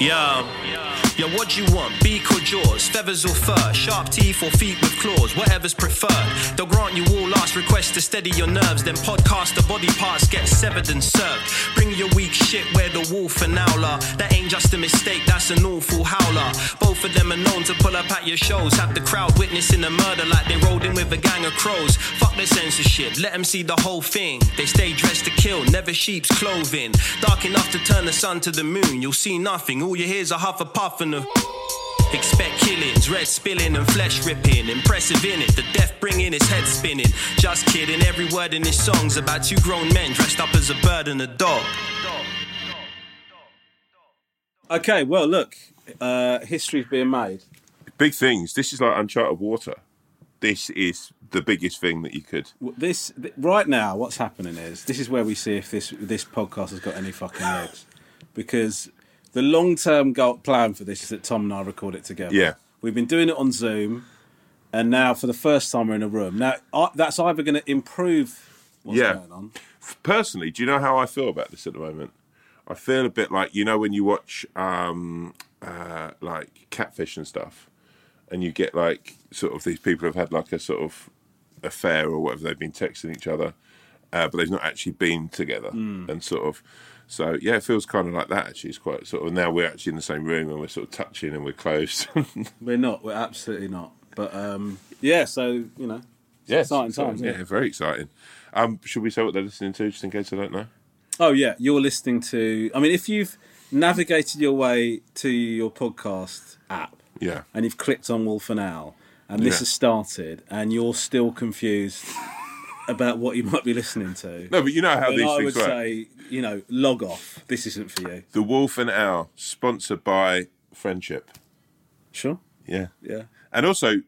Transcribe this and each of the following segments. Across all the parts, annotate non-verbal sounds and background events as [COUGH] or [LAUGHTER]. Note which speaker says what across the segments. Speaker 1: Yo. Yo, what do you want? Beak or jaws? Feathers or fur? Sharp teeth or feet with claws? Whatever's preferred. They'll grant you all last requests to steady your nerves. Then podcast the body parts get severed and served. Bring your weak shit where the wolf and owl are. That ain't just a mistake, that's an awful howler. Both of them are known to pull up at your shows. Have the crowd witnessing a murder like they rolled in with a gang of crows. Fuck their censorship, let them see the whole thing. They stay dressed to kill, never sheep's clothing. Dark enough to turn the sun to the moon. You'll see nothing, all you hear's a huff a puff and a. Expect killings, red spilling and flesh ripping. Impressive in it, the death bringing his head spinning. Just kidding, every word in his song's about two grown men dressed up as a bird and a dog.
Speaker 2: Okay, well, look, uh, history's being made.
Speaker 3: Big things. This is like uncharted water. This is the biggest thing that you could.
Speaker 2: W- This th- right now, what's happening is this is where we see if this this podcast has got any fucking legs, because the long term goal plan for this is that Tom and I record it together.
Speaker 3: Yeah.
Speaker 2: we've been doing it on Zoom, and now for the first time we're in a room. Now I, that's either going to improve what's
Speaker 3: Yeah.
Speaker 2: going on.
Speaker 3: Personally, do you know how I feel about this at the moment? I feel a bit like you know when you watch um, uh, like catfish and stuff, and you get like sort of these people have had like a sort of affair or whatever. They've been texting each other, uh, but they've not actually been together, and sort of. So yeah, it feels kind of like that. Actually, it's quite sort of now we're actually in the same room and we're sort of touching and we're [LAUGHS] close.
Speaker 2: We're not. We're absolutely not. But um, yeah, so you know, it's
Speaker 3: Yes,
Speaker 2: exciting times.
Speaker 3: Yeah,
Speaker 2: isn't it?
Speaker 3: very exciting. Um, should we say what they're listening to, just in case I don't know?
Speaker 2: Oh yeah, you're listening to. I mean, if you've navigated your way to your podcast app.
Speaker 3: Yeah,
Speaker 2: and you've clicked on Wolf and Owl, and this
Speaker 3: Yeah.
Speaker 2: has started, and you're still
Speaker 3: [LAUGHS]
Speaker 2: confused about what you might be listening to.
Speaker 3: no, but you know how
Speaker 2: then
Speaker 3: these
Speaker 2: I would
Speaker 3: things work.
Speaker 2: say, you know, log off. This isn't for you.
Speaker 3: The Wolf and Owl, sponsored by Friendship.
Speaker 2: Sure.
Speaker 3: Yeah,
Speaker 2: Yeah.
Speaker 3: and also,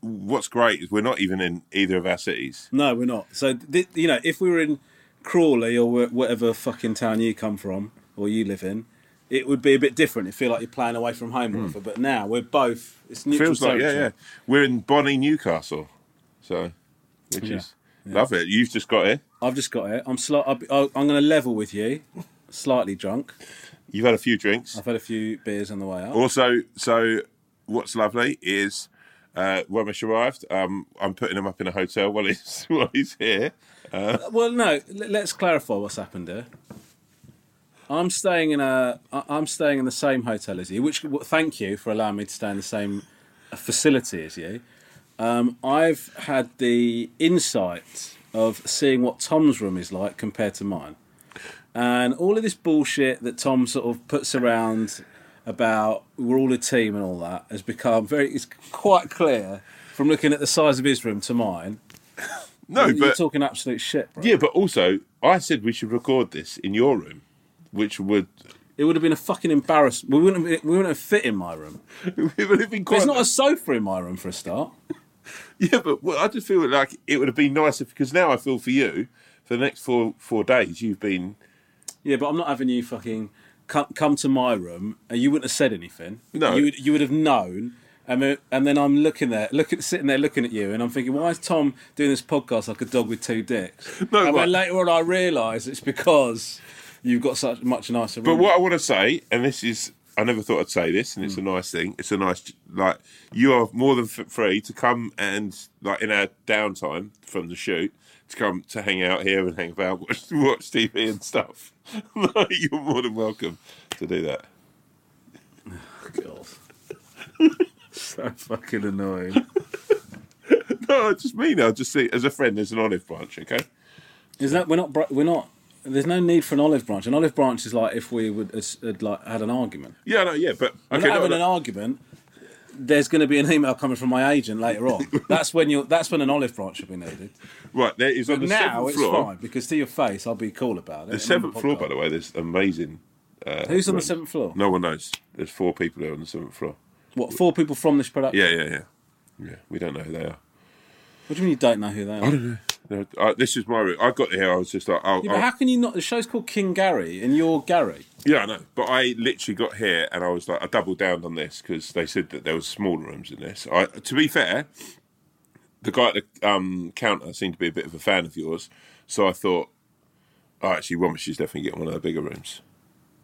Speaker 3: what's great is we're not even in either of our cities.
Speaker 2: No, we're not. So, th- you know, if we were in Crawley or wh- whatever fucking town you come from or you live in, it would be a bit different. It'd feel like you're playing away from home, or whatever. But now we're both. It's neutral
Speaker 3: Hmm. Feels like yeah,
Speaker 2: territory.
Speaker 3: yeah. We're in Bonnie, Newcastle, so which is love it. You've just got it.
Speaker 2: I've just got it. I'm sli- I'll be- I'll- I'm going to level with you. Slightly drunk.
Speaker 3: You've had a few drinks.
Speaker 2: I've had a few beers on the way up.
Speaker 3: Also, so what's lovely is uh, Ramesh arrived. Um, I'm putting him up in a hotel while he's [LAUGHS] while he's here.
Speaker 2: Well, no. l- Let's clarify what's happened here. I'm staying in a. I- I'm staying in the same hotel as you. Which w- thank you for allowing me to stay in the same facility as you. Um, I've had the insight of seeing what Tom's room is like compared to mine, and all of this bullshit that Tom sort of puts around about we're all a team and all that has become very. It's quite clear from looking at the size of his room to mine.
Speaker 3: No,
Speaker 2: You're
Speaker 3: but
Speaker 2: talking absolute shit, bro.
Speaker 3: yeah, but also I said we should record this in your room, which would [LAUGHS]
Speaker 2: It would have been a fucking embarrassment. We wouldn't have, we wouldn't have fit in my room.
Speaker 3: it would have been quite.
Speaker 2: There's not a sofa in my room for a start.
Speaker 3: yeah, but well, I just feel like it would have been nicer because now I feel for you for the next four four days you've been
Speaker 2: Yeah, but I'm not having you fucking come, come to my room and you wouldn't have said anything.
Speaker 3: No.
Speaker 2: You would, you would have known. And then, and then I'm looking there, look at, sitting there looking at you, and I'm thinking, why is Tom doing this podcast like a dog with two [LAUGHS] dicks?
Speaker 3: No,
Speaker 2: and
Speaker 3: but-
Speaker 2: then later on, I realise it's because you've got such much nicer
Speaker 3: But
Speaker 2: room.
Speaker 3: what I want to say, and this is, I never thought I'd say this, and it's a
Speaker 2: Hmm.
Speaker 3: nice thing. It's a nice, like, you are more than f- free to come and, like, in our downtime from the shoot, to come to hang out here and hang about, [LAUGHS] watch, watch TV and stuff. [LAUGHS] Like, You're more than welcome to do that.
Speaker 2: God. [LAUGHS] so fucking annoying.
Speaker 3: No, I just mean, I'll just see, as a friend, there's an olive branch, okay?
Speaker 2: Is that we're not bri- we're not? There's no need for an olive branch. An olive branch is like if we would as- had like had an argument.
Speaker 3: Yeah, no, yeah, but,
Speaker 2: We're
Speaker 3: okay,
Speaker 2: not
Speaker 3: no,
Speaker 2: having
Speaker 3: no.
Speaker 2: an argument. There's going to be an email coming from my agent later
Speaker 3: [LAUGHS]
Speaker 2: on. That's when you. That's when an olive branch will be needed.
Speaker 3: right, there is on the
Speaker 2: now
Speaker 3: seventh
Speaker 2: it's
Speaker 3: floor.
Speaker 2: fine because to your face, I'll be cool about it.
Speaker 3: The seventh floor, by the way, there's amazing. Uh,
Speaker 2: Who's on the
Speaker 3: rooms.
Speaker 2: seventh floor?
Speaker 3: No one knows. There's four people there on the seventh floor.
Speaker 2: What four people from this production?
Speaker 3: Yeah, yeah, yeah. Yeah, we don't know who they are.
Speaker 2: What do you mean you don't know who they are?
Speaker 3: No, I, this is my route. I got here. I was just like, oh,
Speaker 2: Yeah,
Speaker 3: oh-
Speaker 2: but how can you not? The show's called King Gary, and you're Gary.
Speaker 3: yeah, I know. But I literally got here, and I was like, I doubled down on this because they said that there was smaller rooms in this. I, to be fair, the guy at the um, counter seemed to be a bit of a fan of yours, so I thought, Oh, actually, Romish is definitely getting one of the bigger rooms.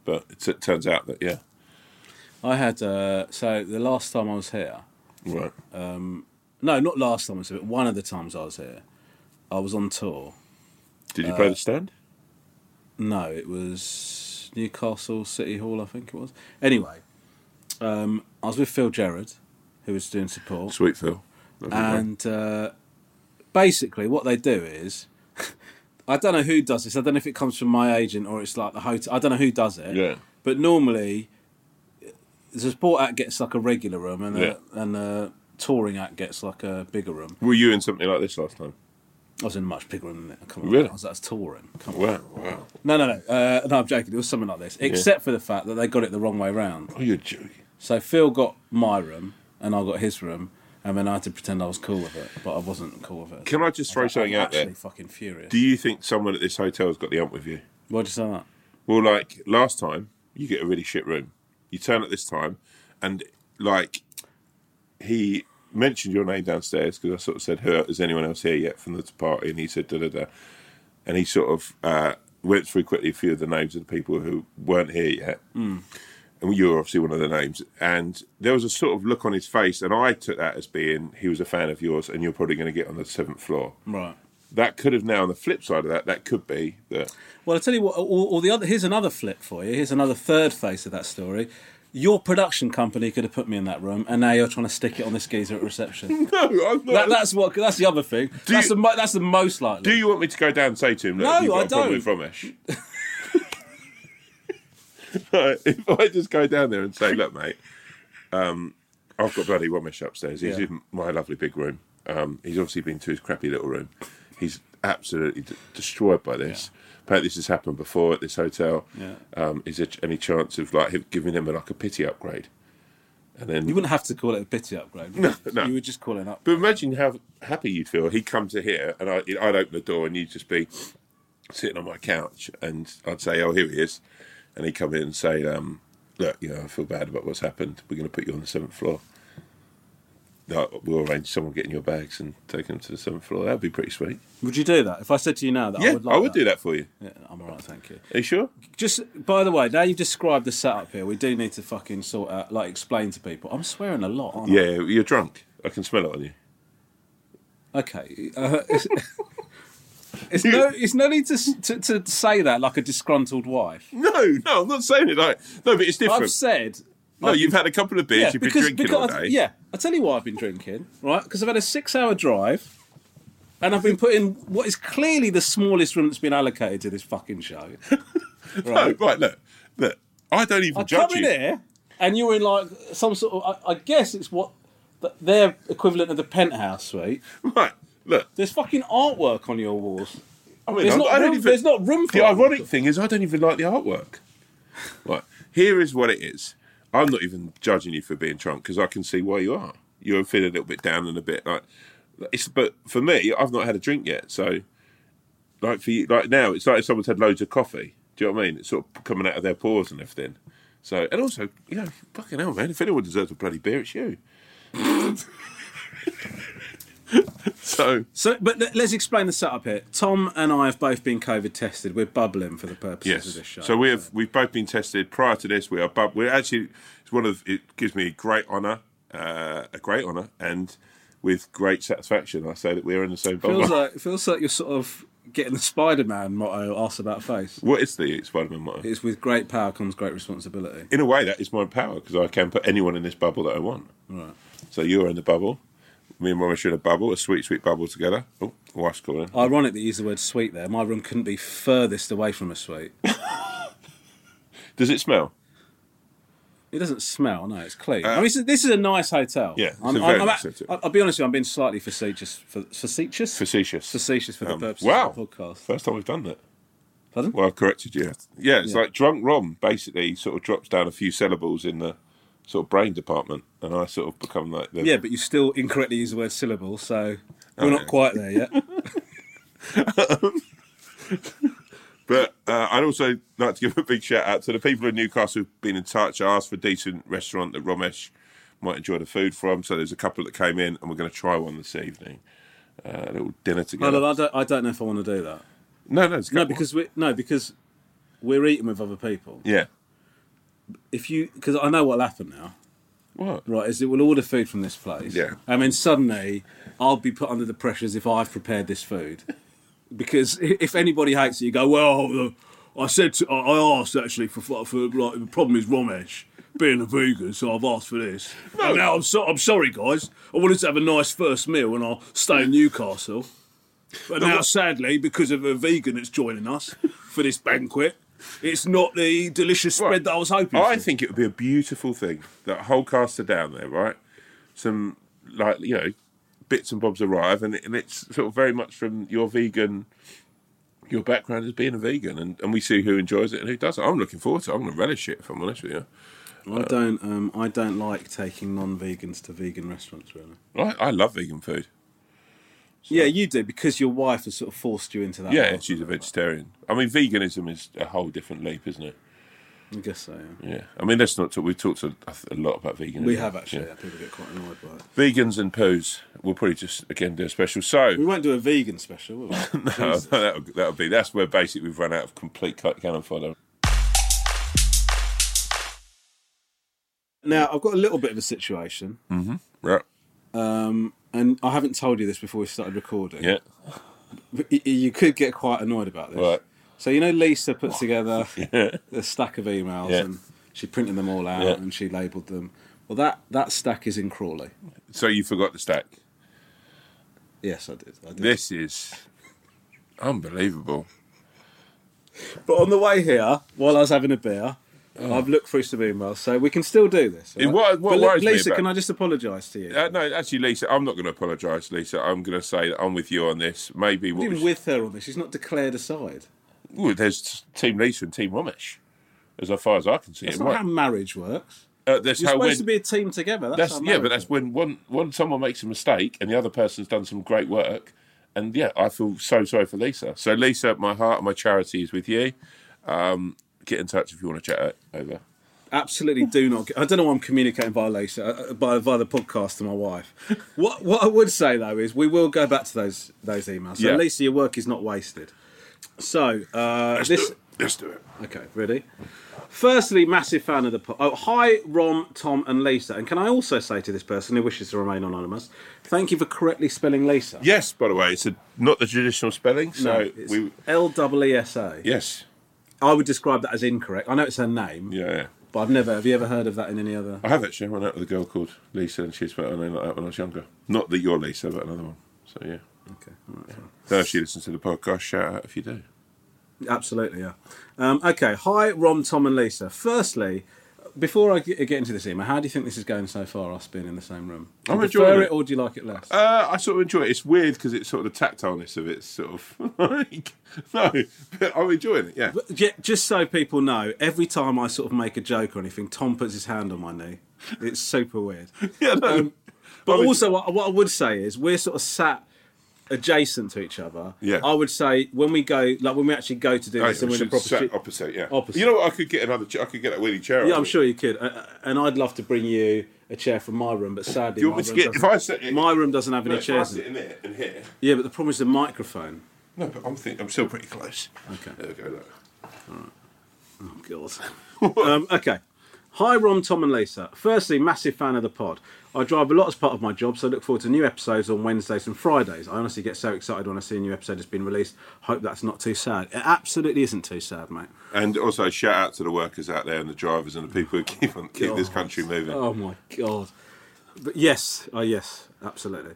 Speaker 3: But it t- turns out that, yeah,
Speaker 2: I had uh, so the last time I was here,
Speaker 3: right.
Speaker 2: no, not last time I was here, but one of the times I was here, I was on tour.
Speaker 3: Did you play the stand?
Speaker 2: No, it was Newcastle City Hall, I think it was. Anyway, um, I was with Phil Gerrard, who was doing support,
Speaker 3: Sweet Phil. Lovely one.
Speaker 2: and uh, basically what they do is, [LAUGHS] I don't know who does this. I don't know if it comes from my agent or it's like the hotel. I don't know who does it.
Speaker 3: Yeah.
Speaker 2: But normally, the support act gets like a regular room, and
Speaker 3: Yeah.
Speaker 2: a, and a touring act gets like a bigger room.
Speaker 3: Were you in something like this last time?
Speaker 2: I was in a much bigger room than it. Come on,
Speaker 3: Really?
Speaker 2: I was, I was touring. Come on.
Speaker 3: Wow, wow.
Speaker 2: No, no, no. Uh, no, I'm joking. It was something like this, except for the fact that they got it the wrong way round.
Speaker 3: Oh, you're joking.
Speaker 2: So Phil got my room, and I got his room, and then I had to pretend I was cool with it, but I wasn't cool with it.
Speaker 3: Can I just throw something
Speaker 2: I'm
Speaker 3: out
Speaker 2: actually
Speaker 3: there?
Speaker 2: fucking furious.
Speaker 3: Do you think someone at this hotel has got the ump with you?
Speaker 2: Why'd you say that?
Speaker 3: Well, like last time, you get a really shit room. You turn up this time, and like he mentioned your name downstairs because I sort of said, "Who is anyone else here yet from the party?" And he said, "Da da da," and he sort of uh, went through quickly a few of the names of the people who weren't here yet. And you were obviously one of the names, and there was a sort of look on his face, and I took that as being he was a fan of yours, and you're probably going to get on the seventh floor.
Speaker 2: Right.
Speaker 3: That could have now, on the flip side of that, that could be that
Speaker 2: Well, I tell you what. Or, or the other. Here's another flip for you. Here's another third face of that story. Your production company could have put me in that room, and now you're trying to stick it on this geezer at
Speaker 3: [LAUGHS]
Speaker 2: reception.
Speaker 3: [LAUGHS] no, I'm not.
Speaker 2: that, that's what. That's the other thing. that's
Speaker 3: you-
Speaker 2: the mo- that's the most likely.
Speaker 3: Do you want me to go down and say to him, Look,
Speaker 2: No,
Speaker 3: you've got
Speaker 2: I
Speaker 3: a problem
Speaker 2: don't.
Speaker 3: with [LAUGHS] Romish? No, if I just go down there and say, Look, mate, um, I've got bloody Romish upstairs. He's
Speaker 2: Yeah.
Speaker 3: in my lovely big room. Um, he's obviously been to his crappy little room. He's absolutely d- destroyed by this. Apparently, this has happened before at this hotel.
Speaker 2: Yeah.
Speaker 3: Um, is there ch- any chance of like him- giving him like a pity upgrade? And then
Speaker 2: You wouldn't have to call it a pity upgrade. No,
Speaker 3: [LAUGHS] no.
Speaker 2: You would just call it up.
Speaker 3: But imagine how happy you'd feel. He'd come to here, and I, I'd open the door, and you'd just be sitting on my couch, and I'd say, "Oh, here he is," and he'd come in and say, um, "Look, you know, I feel bad about what's happened. We're going to put you on the seventh floor. No, we'll arrange someone getting your bags and taking them to the seventh floor. That'd be pretty sweet.
Speaker 2: Would you do that? If I said to you now that
Speaker 3: yeah,
Speaker 2: I would like
Speaker 3: do that for you.
Speaker 2: that. Yeah, I'm all right, thank you.
Speaker 3: Are you sure?
Speaker 2: Just by the way, now you've described the setup here, we do need to fucking sort out, like, explain to people. I'm swearing a lot, aren't
Speaker 3: Yeah, you're drunk. I can smell it on you.
Speaker 2: I? Okay. Uh, it's, [LAUGHS] it's no, it's no need to, s- to to say that like a disgruntled wife.
Speaker 3: No, no, I'm not saying it like no, but it's different.
Speaker 2: I've said.
Speaker 3: no, you've had a couple of beers.
Speaker 2: yeah,
Speaker 3: you've been
Speaker 2: because,
Speaker 3: drinking
Speaker 2: because
Speaker 3: all
Speaker 2: I,
Speaker 3: day.
Speaker 2: yeah, I tell you why I've been drinking, right? Because I've had a six-hour drive, and I've been put in what is clearly the smallest room that's been allocated to this fucking show.
Speaker 3: No, right. Look, look. I don't even
Speaker 2: I
Speaker 3: judge
Speaker 2: come
Speaker 3: you.
Speaker 2: in here, and you're in like some sort of. I, I guess it's what th- their equivalent of the penthouse suite.
Speaker 3: Right, look.
Speaker 2: There's fucking artwork on your walls.
Speaker 3: I mean,
Speaker 2: There's
Speaker 3: I,
Speaker 2: not
Speaker 3: I don't
Speaker 2: room-
Speaker 3: even,
Speaker 2: there's not room for
Speaker 3: The
Speaker 2: it.
Speaker 3: ironic thing is, I don't even like the artwork. Right, here is what it is. I'm not even judging you for being drunk because I can see why you are. You're feeling a little bit down and a bit like it's. But for me, I've not had a drink yet, so like for you, like now, it's like if someone's had loads of coffee. Do you know what I mean? It's sort of coming out of their pores and everything. So, and also, you know, fucking hell, man. If anyone deserves a bloody beer, it's you. [LAUGHS] so,
Speaker 2: So, but let- let's explain the setup here. Tom and I have both been COVID tested. We're bubbling for the purposes of this show.
Speaker 3: So we have we've both been tested prior to this. We are, but we're actually it's one of it gives me great honour, uh, a great honour, and with great satisfaction, I say that we're in the same bubble. [LAUGHS]
Speaker 2: feels like it feels like you're sort of getting the Spider-Man motto "Ass about face."
Speaker 3: what is the Spider-Man motto?
Speaker 2: It's with great power comes great responsibility.
Speaker 3: In a way, that is my power because I can put anyone in this bubble that I want.
Speaker 2: Right.
Speaker 3: So you're in the bubble. Me and Romish are in a bubble, a sweet, sweet bubble together. Oh, wife's calling.
Speaker 2: Ironic that you use the word "sweet" there. My room couldn't be furthest away from a suite.
Speaker 3: Does it smell?
Speaker 2: It doesn't smell. No, it's clean. I mean, this is, this is a nice hotel.
Speaker 3: Uh, Yeah, it's
Speaker 2: I'm,
Speaker 3: a very
Speaker 2: I'm,
Speaker 3: nice
Speaker 2: I'm,
Speaker 3: hotel.
Speaker 2: I'll- I'll be honest with you. I'm being slightly facetious. For, facetious.
Speaker 3: Facetious.
Speaker 2: facetious for the
Speaker 3: Um,
Speaker 2: purposes
Speaker 3: wow.
Speaker 2: of the podcast.
Speaker 3: First time we've done that.
Speaker 2: Pardon?
Speaker 3: Well, I've corrected you. Yeah, it's like drunk Rom basically sort of drops down a few syllables in the sort of brain department, and I sort of become like the.
Speaker 2: Yeah, but you still incorrectly use the word syllable, so we're
Speaker 3: Oh, yeah.
Speaker 2: not quite there
Speaker 3: [LAUGHS]
Speaker 2: yet.
Speaker 3: But uh, I'd also like to give a big shout out to the people in Newcastle who've been in touch. I asked for a decent restaurant that Romesh might enjoy the food from, so there's a couple that came in, and we're going to try one this evening. Uh, a little dinner
Speaker 2: I,
Speaker 3: together.
Speaker 2: don't, I don't know if I want to do that.
Speaker 3: No, no, it's
Speaker 2: No, because we no because we're eating with other people.
Speaker 3: yeah.
Speaker 2: If you because I know what'll happen now,
Speaker 3: What?
Speaker 2: right? Is it will order food from this place.
Speaker 3: Yeah.
Speaker 2: I mean, suddenly I'll be put under the pressures if I've prepared this food, because i- if anybody hates it, you go well. uh, I said to, I I asked actually for, for, for like the problem is Ramesh being a vegan, so I've asked for this. And now I'm so, I'm sorry, guys. I wanted to have a nice first meal when I stay in Newcastle. But now, sadly, because of a vegan that's joining us for this banquet, it's not the delicious spread
Speaker 3: Right.
Speaker 2: that I was hoping
Speaker 3: I
Speaker 2: for.
Speaker 3: think it would be a beautiful thing that whole cast are down there, right? Some like you know bits and bobs arrive, and, and it's sort of very much from your vegan, your background as being a vegan, and, and we see who enjoys it and who doesn't. I'm looking forward to. it. I'm going to relish it if I'm honest with you.
Speaker 2: I don't. Um, I don't like taking non-vegans to vegan restaurants. Really.
Speaker 3: Right? I love vegan food.
Speaker 2: Yeah, you do because your wife has sort of forced you into that.
Speaker 3: Yeah,
Speaker 2: role.
Speaker 3: she's a vegetarian. I mean, veganism is a whole different leap, isn't it?
Speaker 2: I guess so. Yeah.
Speaker 3: Yeah. I mean, let's not talk. We've talked a, a lot about veganism.
Speaker 2: We have actually.
Speaker 3: Yeah.
Speaker 2: Yeah, people get quite annoyed by it.
Speaker 3: Vegans and poos. We'll probably just again do a special. So
Speaker 2: We won't do a vegan special, will [LAUGHS] we?
Speaker 3: No, [LAUGHS] that'll, that'll be that's where basically we've run out of complete cut cannon fodder.
Speaker 2: now I've got a little bit of a situation,
Speaker 3: Right?
Speaker 2: and I haven't told you this before we started recording.
Speaker 3: Yeah.
Speaker 2: But y- y- You could get quite annoyed about this.
Speaker 3: Right.
Speaker 2: So you know, Lisa put [LAUGHS] together a stack of emails,
Speaker 3: Yeah.
Speaker 2: and she printed them all out,
Speaker 3: Yeah.
Speaker 2: and she labelled them. Well, that that stack is in Crawley.
Speaker 3: So you forgot the stack.
Speaker 2: Yes, I did. I did.
Speaker 3: This is unbelievable.
Speaker 2: But on the way here, while I was having a beer, I've looked through some emails, so we can still do this. all
Speaker 3: It-
Speaker 2: right?
Speaker 3: what- Oh. what
Speaker 2: But Li-
Speaker 3: worries me
Speaker 2: Lisa,
Speaker 3: about-
Speaker 2: can I just apologise to you?
Speaker 3: Uh, no, actually, Lisa, I'm not going to apologise, Lisa. I'm going to say that I'm with you on this. Maybe what
Speaker 2: Even
Speaker 3: was,
Speaker 2: with her on this, she's not declared aside.
Speaker 3: Ooh, there's Team Lisa and Team Romish, as far as I can see.
Speaker 2: That's
Speaker 3: it,
Speaker 2: not
Speaker 3: right?
Speaker 2: how marriage works.
Speaker 3: Uh, that's
Speaker 2: You're
Speaker 3: how
Speaker 2: supposed
Speaker 3: when-
Speaker 2: to be a team together. That's,
Speaker 3: That's
Speaker 2: how
Speaker 3: yeah,
Speaker 2: marriage
Speaker 3: but that's
Speaker 2: works.
Speaker 3: when one one someone makes a mistake and the other person's done some great work, and yeah, I feel so sorry for Lisa. So Lisa, my heart and my charity is with you. Um, get in touch if you want to chat o- over.
Speaker 2: absolutely do not. I don't know why I'm communicating via Lisa, uh, by via the podcast to my
Speaker 3: [LAUGHS]
Speaker 2: wife. What what I would say though is we will go back to those those emails. So
Speaker 3: Yeah.
Speaker 2: Lisa, your work is not wasted. So uh, this.
Speaker 3: Let's do it.
Speaker 2: Okay, ready? Firstly, massive fan of the pod. Oh, hi, Rom, Tom, and Lisa. And can I also say to this person who wishes to remain anonymous, thank you for correctly spelling Lisa.
Speaker 3: Yes, by the way, it's a, not the traditional spelling.
Speaker 2: No,
Speaker 3: So
Speaker 2: it's
Speaker 3: we
Speaker 2: L-E-E-S-A.
Speaker 3: yes,
Speaker 2: I would describe that as incorrect. I know it's her name,
Speaker 3: yeah, yeah.
Speaker 2: but I've never. Have you ever heard of that in any other?
Speaker 3: I have actually run out with a girl called Lisa, and she spelled her name like that when I was younger. Not that you're Lisa, but another one. So yeah.
Speaker 2: Okay, all right, fine.
Speaker 3: So if she listens to the podcast, shout out if you do.
Speaker 2: Absolutely, yeah. Um, okay, hi, Rom, Tom, and Lisa. Firstly, before I g- get into this email, how do you think this is going so far? Us being in the same room. Do you
Speaker 3: I'm
Speaker 2: prefer
Speaker 3: enjoying it.
Speaker 2: or do you like it less?
Speaker 3: Uh, I sort of enjoy it. It's weird because it's sort of the tactileness of it, sort of [LAUGHS] like no, but I'm enjoying it. Yeah,
Speaker 2: Yeah, just so people know, every time I sort of make a joke or anything, Tom puts his hand on my knee. It's super
Speaker 3: [LAUGHS]
Speaker 2: weird.
Speaker 3: yeah. No,
Speaker 2: But
Speaker 3: I mean-
Speaker 2: also, what, what I would say is we're sort of sat adjacent to each other.
Speaker 3: Yeah.
Speaker 2: I would say when we go, like when we actually go to do
Speaker 3: I
Speaker 2: this, and we're in the
Speaker 3: should
Speaker 2: proper.
Speaker 3: sat
Speaker 2: stu-
Speaker 3: opposite. Yeah,
Speaker 2: Opposite.
Speaker 3: You know what? I could get another. Chair. I could get that wheelie chair.
Speaker 2: yeah, I'm sure you could. Uh, uh, and I'd love to bring you a chair from my room, but sadly,
Speaker 3: You
Speaker 2: my,
Speaker 3: want me to
Speaker 2: room
Speaker 3: get if
Speaker 2: doesn't-
Speaker 3: I sit in,
Speaker 2: my room doesn't have
Speaker 3: no,
Speaker 2: any
Speaker 3: if I
Speaker 2: chairs. In
Speaker 3: sit
Speaker 2: it.
Speaker 3: in there and here?
Speaker 2: Yeah, but the problem is the microphone.
Speaker 3: No, but I'm think I'm still pretty close.
Speaker 2: Okay.
Speaker 3: There we go. Look.
Speaker 2: Oh, God. [LAUGHS] um, okay. Hi, Rom, Tom, and Lisa. Firstly, massive fan of the pod. I drive a lot as part of my job, so I look forward to new episodes on Wednesdays and Fridays. I honestly get so excited when I see a new episode has been released. Hope that's not too sad. It absolutely isn't too sad, mate.
Speaker 3: And also shout out to the workers out there and the drivers and the people who keep on keep this country moving.
Speaker 2: Oh my god. But yes, oh yes, absolutely.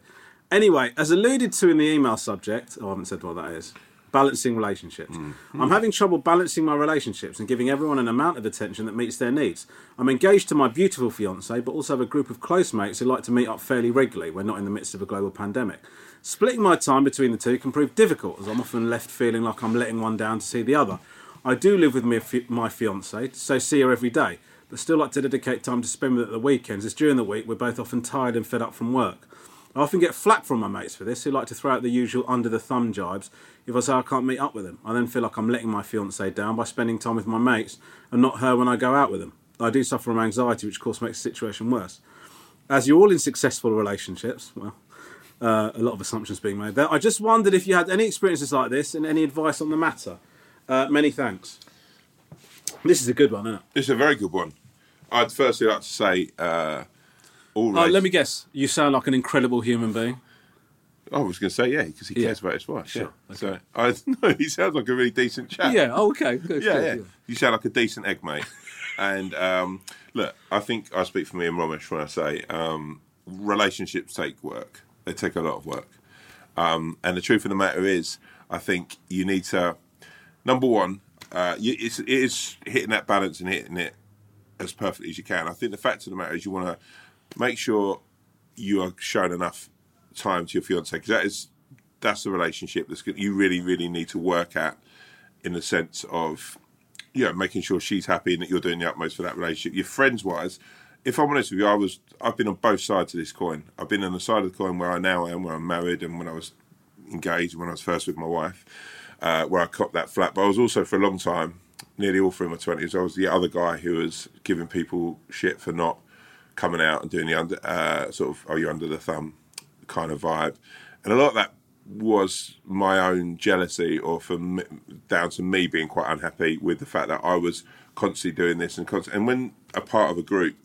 Speaker 2: Anyway, as alluded to in the email subject, oh, I haven't said what that is. Balancing relationships. I'm having trouble balancing my relationships and giving everyone an amount of attention that meets their needs. I'm engaged to my beautiful fiance, but also have a group of close mates who like to meet up fairly regularly when not in the midst of a global pandemic. Splitting my time between the two can prove difficult, as I'm often left feeling like I'm letting one down to see the other. I do live with my, fi- my fiance, so see her every day, but still like to dedicate time to spend with her at the weekends, as during the week we're both often tired and fed up from work. I often get flack from my mates for this, who like to throw out the usual under the thumb jibes if I say I can't meet up with them. I then feel like I'm letting my fiance down by spending time with my mates and not her when I go out with them. I do suffer from anxiety, which of course makes the situation worse. As you're all in successful relationships, well, Uh, a lot of assumptions being made there. I just wondered if you had any experiences like this and any advice on the matter. Uh, many thanks. This is a good one, isn't it?
Speaker 3: It's a very good one. I'd firstly like to say, uh, all
Speaker 2: Oh,
Speaker 3: right.
Speaker 2: let me guess. You sound like an incredible human being.
Speaker 3: I was going to say, yeah, because he
Speaker 2: Yeah.
Speaker 3: cares about his wife.
Speaker 2: Sure,
Speaker 3: Yeah. So I [LAUGHS] no, he sounds like a really decent chap.
Speaker 2: Yeah. Oh, okay. Good,
Speaker 3: yeah,
Speaker 2: good,
Speaker 3: yeah. You sound like a decent
Speaker 2: [LAUGHS]
Speaker 3: egg, mate. and um, look, I think I speak for me and Romesh when I say um, relationships take work. They take a lot of work. Um, and the truth of the matter is, I think you need to, number one, uh, you, it's, it is hitting that balance and hitting it as perfectly as you can. I think the fact of the matter is, you want to make sure you are showing enough time to your fiance because that is that's the relationship that's good, you really really need to work at in the sense of you know making sure she's happy and that you're doing the utmost for that relationship. Your friends wise, if I'm honest with you, I was I've been on both sides of this coin. I've been on the side of the coin where I now am, where I'm married, and when I was engaged, when I was first with my wife, uh, where I copped that flat. But I was also for a long time, nearly all through my twenties, I was the other guy who was giving people shit for not coming out and doing the under uh, sort of oh you're under the thumb kind of vibe, and a lot of that was my own jealousy or from down to me being quite unhappy with the fact that I was constantly doing this and constantly, and when a part of a group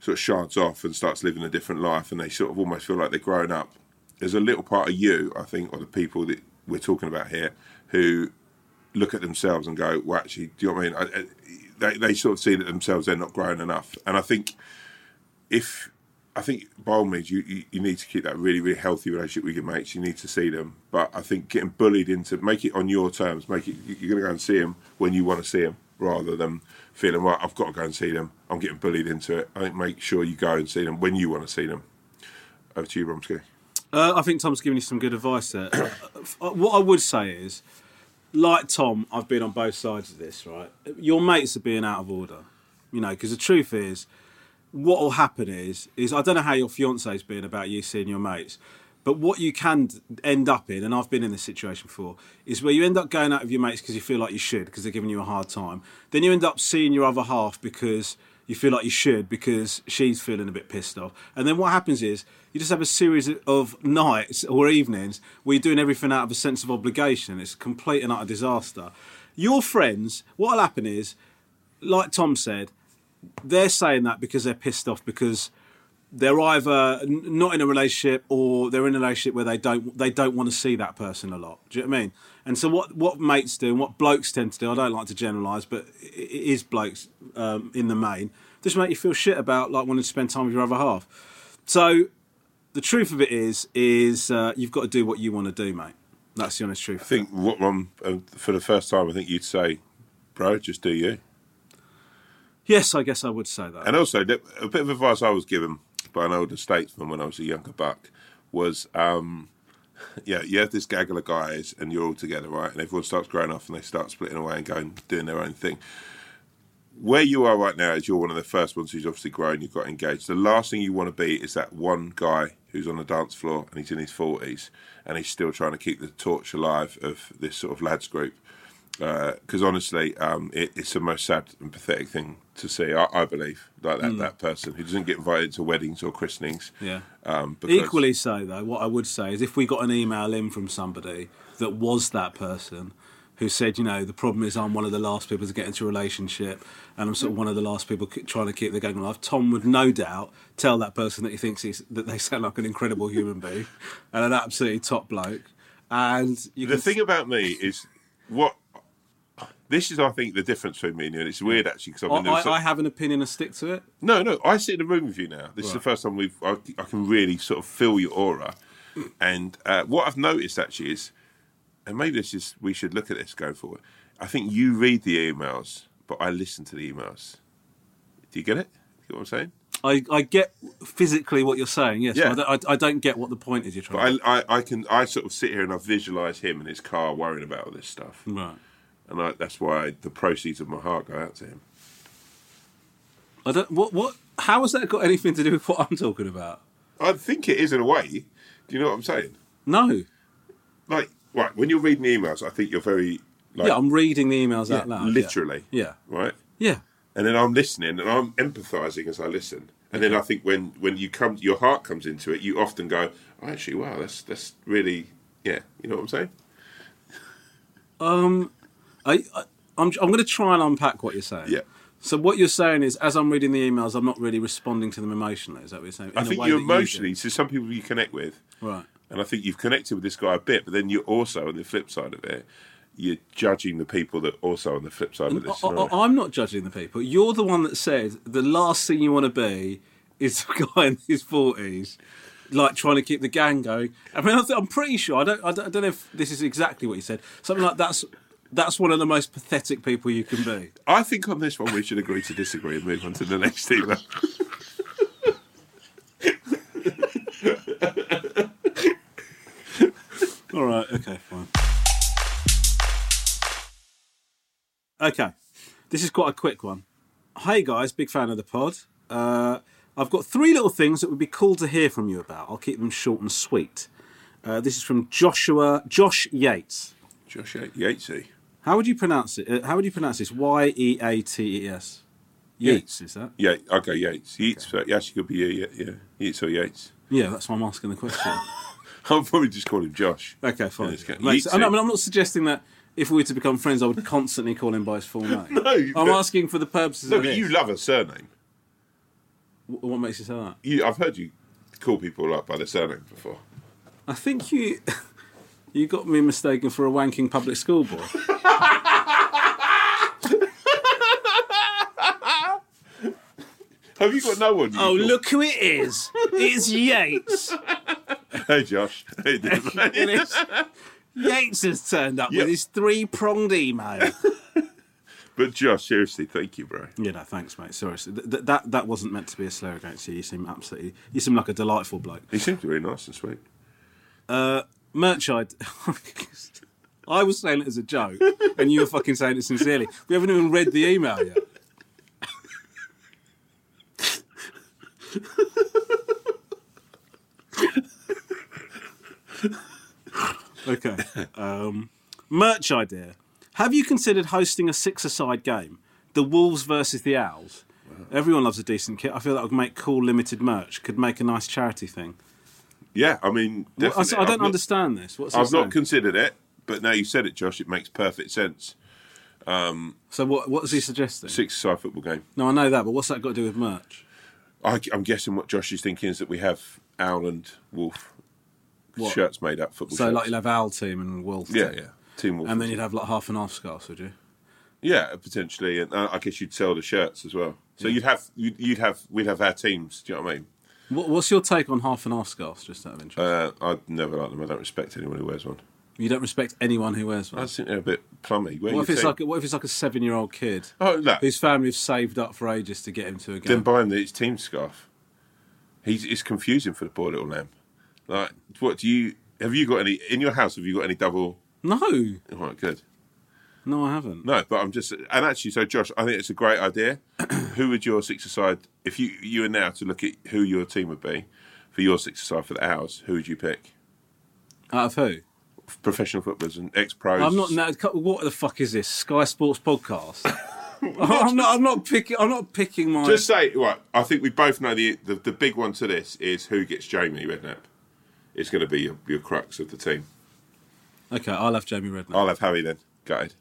Speaker 3: sort of shards off and starts living a different life and they sort of almost feel like they're growing up. There's a little part of you, I think, or the people that we're talking about here who look at themselves and go, well, actually, do you know what I mean? I, I, they, they sort of see that themselves they're not growing enough. And I think if I think by all means you, you, you need to keep that really really healthy relationship with your mates. You need to see them, but I think getting bullied into make it on your terms. Make it you- you're going to go and see them when you want to see them, rather than feeling right. I've got to go and see them. I'm getting bullied into it. I think make sure you go and see them when you want to see them. Over to you, Romsky.
Speaker 2: Uh, I think Tom's given you some good advice there. Uh, what I would say is, like Tom, I've been on both sides of this, right? Your mates are being out of order, you know, because the truth is, what will happen is, is I don't know how your fiance is being about you seeing your mates, but what you can d- end up in, and I've been in this situation before, is where you end up going out with your mates because you feel like you should, because they're giving you a hard time. Then you end up seeing your other half because you feel like you should because she's feeling a bit pissed off. And then what happens is you just have a series of nights or evenings where you're doing everything out of a sense of obligation. It's a complete and utter disaster. Your friends, what'll happen is, like Tom said, they're saying that because they're pissed off because they're either n- not in a relationship or they're in a relationship where they don't they don't want to see that person a lot. Do you know what I mean? And so what what mates do and what blokes tend to do, I don't like to generalise, but i- i- it is blokes um, in the main, just make you feel shit about like wanting to spend time with your other half. So the truth of it is is uh, you've got to do what you want to do, mate. That's the honest truth.
Speaker 3: I think what Rom um, for the first time, I think you'd say, bro, just do you.
Speaker 2: yes, I guess I would say that.
Speaker 3: And also, the- a bit of advice I was given by an older statesman when I was a younger buck was, um, [LAUGHS] yeah, you have this gaggle of guys and you're all together, right? And everyone starts growing off and they start splitting away and going doing their own thing. Where you are right now is you're one of the first ones who's obviously grown, you've got engaged. The last thing you want to be is that one guy who's on the dance floor and he's in his 40s and he's still trying to keep the torch alive of this sort of lads group because honestly, um, it, it's the most sad and pathetic thing to see. I, I believe like that that person who doesn't get invited to weddings or christenings.
Speaker 2: Hmm. Yeah.
Speaker 3: Um, because,
Speaker 2: Equally so, though, what I would say is if we got an email in from somebody that was that person who said, you know, the problem is I'm one of the last people to get into a relationship and I'm sort of one of the last people c- trying to keep the gang alive, Tom would no doubt tell that person that he thinks he's, that they sound like an incredible human being [LAUGHS] and an absolutely top bloke. And you
Speaker 3: the
Speaker 2: can
Speaker 3: thing about me is what this is. I think the difference between me and you. And it's weird actually because I've
Speaker 2: I,
Speaker 3: been doing
Speaker 2: I,
Speaker 3: so-
Speaker 2: I have an opinion and stick to it.
Speaker 3: No, no. I sit in a room with you now. This is the
Speaker 2: Right.
Speaker 3: first time we've. I, I can really sort of feel your aura, and uh, what I've noticed actually is, and maybe this is we should look at this going forward. I think you read the emails, but I listen to the emails. Do you get it? You get what I'm saying?
Speaker 2: I, I get physically what you're saying, yes.
Speaker 3: Yeah.
Speaker 2: I, don't, I, I don't get what the point is you're trying
Speaker 3: But I, I, I can. I sort of sit here and I visualize him in his car worrying about all this stuff,
Speaker 2: to Right.
Speaker 3: and I, that's why the proceeds of my heart go out to him.
Speaker 2: I don't, what, what, how has that got anything to do with what I'm talking about?
Speaker 3: I think it is in a way. Do you know what I'm saying?
Speaker 2: No.
Speaker 3: Like, right when you're reading the emails, I think you're very like
Speaker 2: yeah, I'm reading the emails out loud. yeah.
Speaker 3: literally,
Speaker 2: Yeah.
Speaker 3: right.
Speaker 2: Yeah.
Speaker 3: and then I'm listening and I'm empathizing as I listen. And then I think when when you come, your heart comes into it. You often go, oh, actually, wow, that's that's really, yeah. You know what I'm saying?
Speaker 2: I, I, I'm, I'm going to try and unpack what you're saying.
Speaker 3: Yeah.
Speaker 2: So what you're saying is, as I'm reading the emails, I'm not really responding to them emotionally. Is that what you're saying?
Speaker 3: I
Speaker 2: In the
Speaker 3: think
Speaker 2: way
Speaker 3: you
Speaker 2: that do.
Speaker 3: emotionally. so some people you connect with,
Speaker 2: right.
Speaker 3: and I think you've connected with this guy a bit, but then you're also on the flip side of it, you're judging the people that also on the flip side of this.
Speaker 2: I,
Speaker 3: scenario.
Speaker 2: I, I'm not judging the people. You're the one that said the last thing you want to be is the guy in his forties, like trying to keep the gang going. I mean, I th- I'm pretty sure. I don't. I don't, I don't know if this is exactly what you said. Something like that's that's one of the most pathetic people you can be.
Speaker 3: I think on this one we should agree to disagree and move on to the
Speaker 2: [LAUGHS]
Speaker 3: next email.
Speaker 2: All right. Okay. Fine. Okay. This is quite a quick one. Hey guys, big fan of the pod. Uh, I've got three little things that would be cool to hear from you about. I'll keep them short and sweet. Uh, this is from Joshua Josh Yates.
Speaker 3: Josh Ye- Yatesy.
Speaker 2: How would you pronounce it? Uh, how would you pronounce this? Y e a t e s. Yates is that?
Speaker 3: Yeah, okay, Yates. Yeats, but yes, you could be yeah, yeah, yeah. Yeats or Yates.
Speaker 2: Yeah, that's why I'm asking the question.
Speaker 3: [LAUGHS] I'll probably just call him Josh.
Speaker 2: okay, fine.
Speaker 3: it's okay.
Speaker 2: Makes-
Speaker 3: Yeats
Speaker 2: I
Speaker 3: it.
Speaker 2: mean, I'm not suggesting that if we were to become friends, I would constantly call him by his [LAUGHS] full name.
Speaker 3: No,
Speaker 2: I'm
Speaker 3: but-
Speaker 2: asking for the purposes
Speaker 3: No,
Speaker 2: of
Speaker 3: but
Speaker 2: this.
Speaker 3: you love a surname.
Speaker 2: Wh- What makes you say that?
Speaker 3: You, I've heard you call people up by their surname before.
Speaker 2: I think you [LAUGHS] you got me mistaken for a wanking public school [LAUGHS] boy.
Speaker 3: Have you got no one? you call-
Speaker 2: Oh, who it is! It's Yates.
Speaker 3: Hey, Josh.
Speaker 2: [LAUGHS]
Speaker 3: Hey, dude.
Speaker 2: Yates has turned up
Speaker 3: Yep.
Speaker 2: with his three pronged [LAUGHS] email.
Speaker 3: but Josh, seriously, thank you, bro.
Speaker 2: yeah, no, thanks, mate. Seriously, Th- th- that that wasn't meant to be a slur against you. You seem absolutely, you seem like a delightful bloke.
Speaker 3: He seems very nice and sweet.
Speaker 2: Merch, I [LAUGHS] I was saying it as a joke, and you were fucking saying it sincerely. We haven't even read the email yet. okay. Um, merch idea. Have you considered hosting a six-a-side game, the Wolves versus the Owls? Everyone loves a decent kit. I feel that would make cool limited merch. Could make a nice charity thing.
Speaker 3: Yeah, I mean,
Speaker 2: I, I
Speaker 3: definitely.
Speaker 2: don't
Speaker 3: I've not-
Speaker 2: understand this. What's
Speaker 3: I've
Speaker 2: this
Speaker 3: not
Speaker 2: then?
Speaker 3: considered it, but now you said it, Josh, it makes perfect sense.
Speaker 2: So what what is he suggesting?
Speaker 3: Six side football game.
Speaker 2: No, I know that, but what's that got to do with merch?
Speaker 3: I, am guessing what Josh is thinking is that we have owl and wolf
Speaker 2: What?
Speaker 3: shirts made up football
Speaker 2: So
Speaker 3: shirts.
Speaker 2: like you'll have Owl Team and Wolf
Speaker 3: yeah,
Speaker 2: Team.
Speaker 3: yeah, team wolf.
Speaker 2: And then you'd have like half and half scarves, would you?
Speaker 3: yeah, potentially, and uh, I guess you'd sell the shirts as well. So you'd have you'd, you'd have we'd have our teams. Do you know what I mean?
Speaker 2: What, what's your take on half and half scarves, just out of interest?
Speaker 3: Uh, I never like them. I don't respect anyone who wears one.
Speaker 2: you don't respect anyone who wears one.
Speaker 3: I just think they're a bit plummy. Where
Speaker 2: What
Speaker 3: you
Speaker 2: if it's
Speaker 3: take-
Speaker 2: like what if it's like a seven year old kid
Speaker 3: oh no,
Speaker 2: whose family have saved up for ages to get him to a
Speaker 3: then
Speaker 2: game?
Speaker 3: buy him the, his team scarf. He's it's confusing for the poor little lamb. Like, what do you have? You got any in your house? Have you got any double?
Speaker 2: no,
Speaker 3: All right, good.
Speaker 2: no, I haven't.
Speaker 3: No, but I'm just, and actually, so Josh, I think it's a great
Speaker 2: [CLEARS THROAT]
Speaker 3: idea. who would your six aside, if you you were now to look at who your team would be for your six aside for the hours, who would you pick?
Speaker 2: Out of who?
Speaker 3: Professional footballers and ex pros.
Speaker 2: I'm not. No, co- what the fuck is this? Sky Sports [LAUGHS] podcast. I'm not. I'm not picking. I'm not picking my.
Speaker 3: Just say, right, I think we both know the, the the big one to this is who gets Jamie Redknapp. It's going to be your, your crux of the team.
Speaker 2: Okay, I'll have Jamie Redknapp.
Speaker 3: I'll have Harry then, gutted.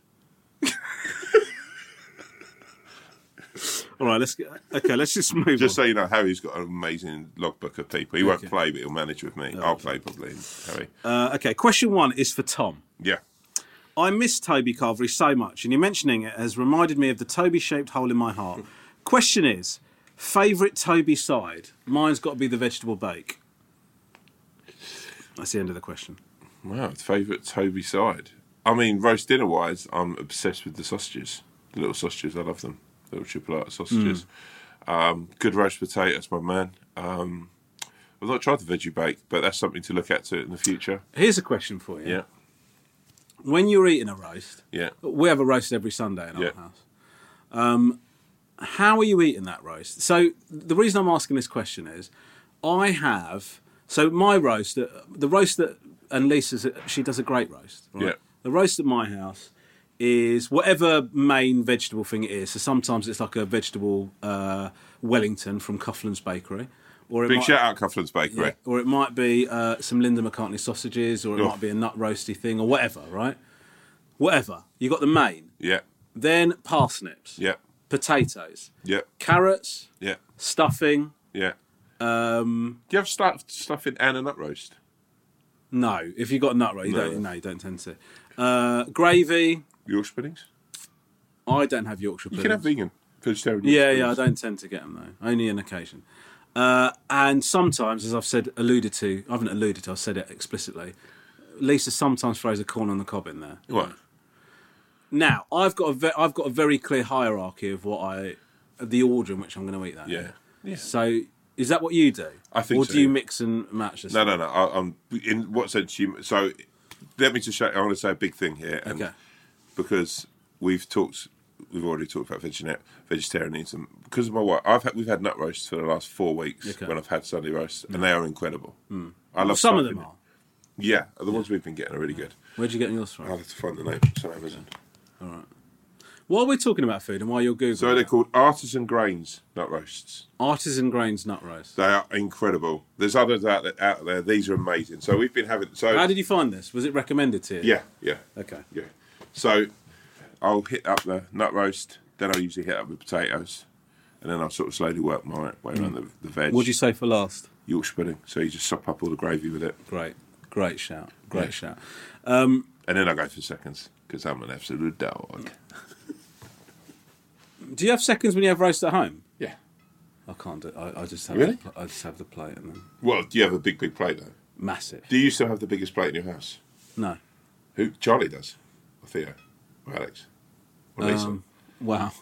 Speaker 2: All right, let's get. Okay, let's just move.
Speaker 3: Just
Speaker 2: on.
Speaker 3: so you know, Harry's got an amazing logbook of people. He won't
Speaker 2: Okay. Oh,
Speaker 3: play, but he'll manage with me. I'll play probably, and Harry.
Speaker 2: Uh, okay, question one is for Tom.
Speaker 3: yeah.
Speaker 2: I miss Toby Carvery so much, and you mentioning it has reminded me of the Toby shaped hole in my heart. Question is favourite Toby side? Mine's got to be the vegetable bake. That's the end of the question.
Speaker 3: Wow, favourite Toby side. I mean, roast dinner wise, I'm obsessed with the sausages. The little sausages, I love them. Little chipolata sausages. Um, good roast potatoes, my man. Um, I've not tried the veggie bake, but that's something to look at to in the future.
Speaker 2: Here's a question for you.
Speaker 3: Yeah,
Speaker 2: When you're eating a roast,
Speaker 3: yeah.
Speaker 2: we have a roast every Sunday in our
Speaker 3: Yeah.
Speaker 2: house. Um, how are you eating that roast? So the reason I'm asking this question is, I have so my roast, uh, the roast that and Lisa's, she does a great roast. Right?
Speaker 3: Yeah.
Speaker 2: The roast at my house is whatever main vegetable thing it is. So sometimes it's like a vegetable uh, Wellington from Coughlin's Bakery, or it
Speaker 3: Big
Speaker 2: might,
Speaker 3: shout out Coughlin's Bakery.
Speaker 2: yeah, or it might be uh, some Linda McCartney sausages, or it
Speaker 3: Oh.
Speaker 2: might be a nut roasty thing, or whatever. Right, whatever you got the main,
Speaker 3: Yeah,
Speaker 2: then parsnips,
Speaker 3: yeah,
Speaker 2: potatoes,
Speaker 3: yeah,
Speaker 2: carrots,
Speaker 3: yeah,
Speaker 2: stuffing.
Speaker 3: yeah. Um, Do you have stuff stuff in and a nut roast?
Speaker 2: No, if you got a nut roll, you
Speaker 3: No.
Speaker 2: don't. No, you don't tend to. Uh, gravy.
Speaker 3: Yorkshire puddings?
Speaker 2: I don't have Yorkshire pudding.
Speaker 3: You can have vegan, vegetarian.
Speaker 2: Yeah,
Speaker 3: Yorkshire
Speaker 2: yeah, I
Speaker 3: puddings.
Speaker 2: don't tend to get them though. Only on occasion. Uh, and sometimes, as I've said, alluded to, I haven't alluded to, I've said it explicitly. Lisa sometimes throws a corn on the cob in there.
Speaker 3: What?
Speaker 2: Now, I've got a ve- I've got a very clear hierarchy of what I, of the order in which I'm going to eat that.
Speaker 3: Yeah.
Speaker 2: So, is that what you do?
Speaker 3: I think
Speaker 2: Or
Speaker 3: so,
Speaker 2: do you
Speaker 3: yeah.
Speaker 2: mix and match this?
Speaker 3: No, no, no. I, I'm in what sense you? So let me just show. I want to say a big thing here, and
Speaker 2: Okay.
Speaker 3: because we've talked, we've already talked about vegetarian vegetarianism. Because of my wife, I've had we've had nut roasts for the last four weeks
Speaker 2: Okay. Mm.
Speaker 3: when I've had Sunday roasts, and they are incredible. I love
Speaker 2: Some of
Speaker 3: stuffing
Speaker 2: them
Speaker 3: it.
Speaker 2: are.
Speaker 3: Yeah, the ones we've been getting are really good.
Speaker 2: Where'd you get yours from?
Speaker 3: I'll have to find the name. It's on Amazon.
Speaker 2: While we're talking about food and while you're Googling,
Speaker 3: So they're called artisan grains nut roasts.
Speaker 2: artisan grains nut roast.
Speaker 3: They are incredible. There's others out there. Out there. These are amazing. So we've been having. So
Speaker 2: How did you find this? Was it recommended to you?
Speaker 3: Yeah, yeah.
Speaker 2: Okay.
Speaker 3: Yeah. So I'll hit up the nut roast, then I'll usually hit up with potatoes, and then I'll sort of slowly work my way around the, the veg.
Speaker 2: What'd Mm. you say for last?
Speaker 3: Yorkshire pudding. So you just sop up all the gravy with it,
Speaker 2: Great, great shout, great
Speaker 3: Yeah.
Speaker 2: shout.
Speaker 3: and then I go for seconds because I'm an absolute dog.
Speaker 2: Do you have seconds when you have roast at home?
Speaker 3: Yeah.
Speaker 2: I can't do. I, I just have.
Speaker 3: Really?
Speaker 2: The, pl- I just have the plate and then
Speaker 3: Well, do you have a big, big plate though?
Speaker 2: massive.
Speaker 3: Do you still have the biggest plate in your house?
Speaker 2: No.
Speaker 3: Who? Charlie does, or Theo, or Alex, or Lisa.
Speaker 2: Um. Wow. [LAUGHS]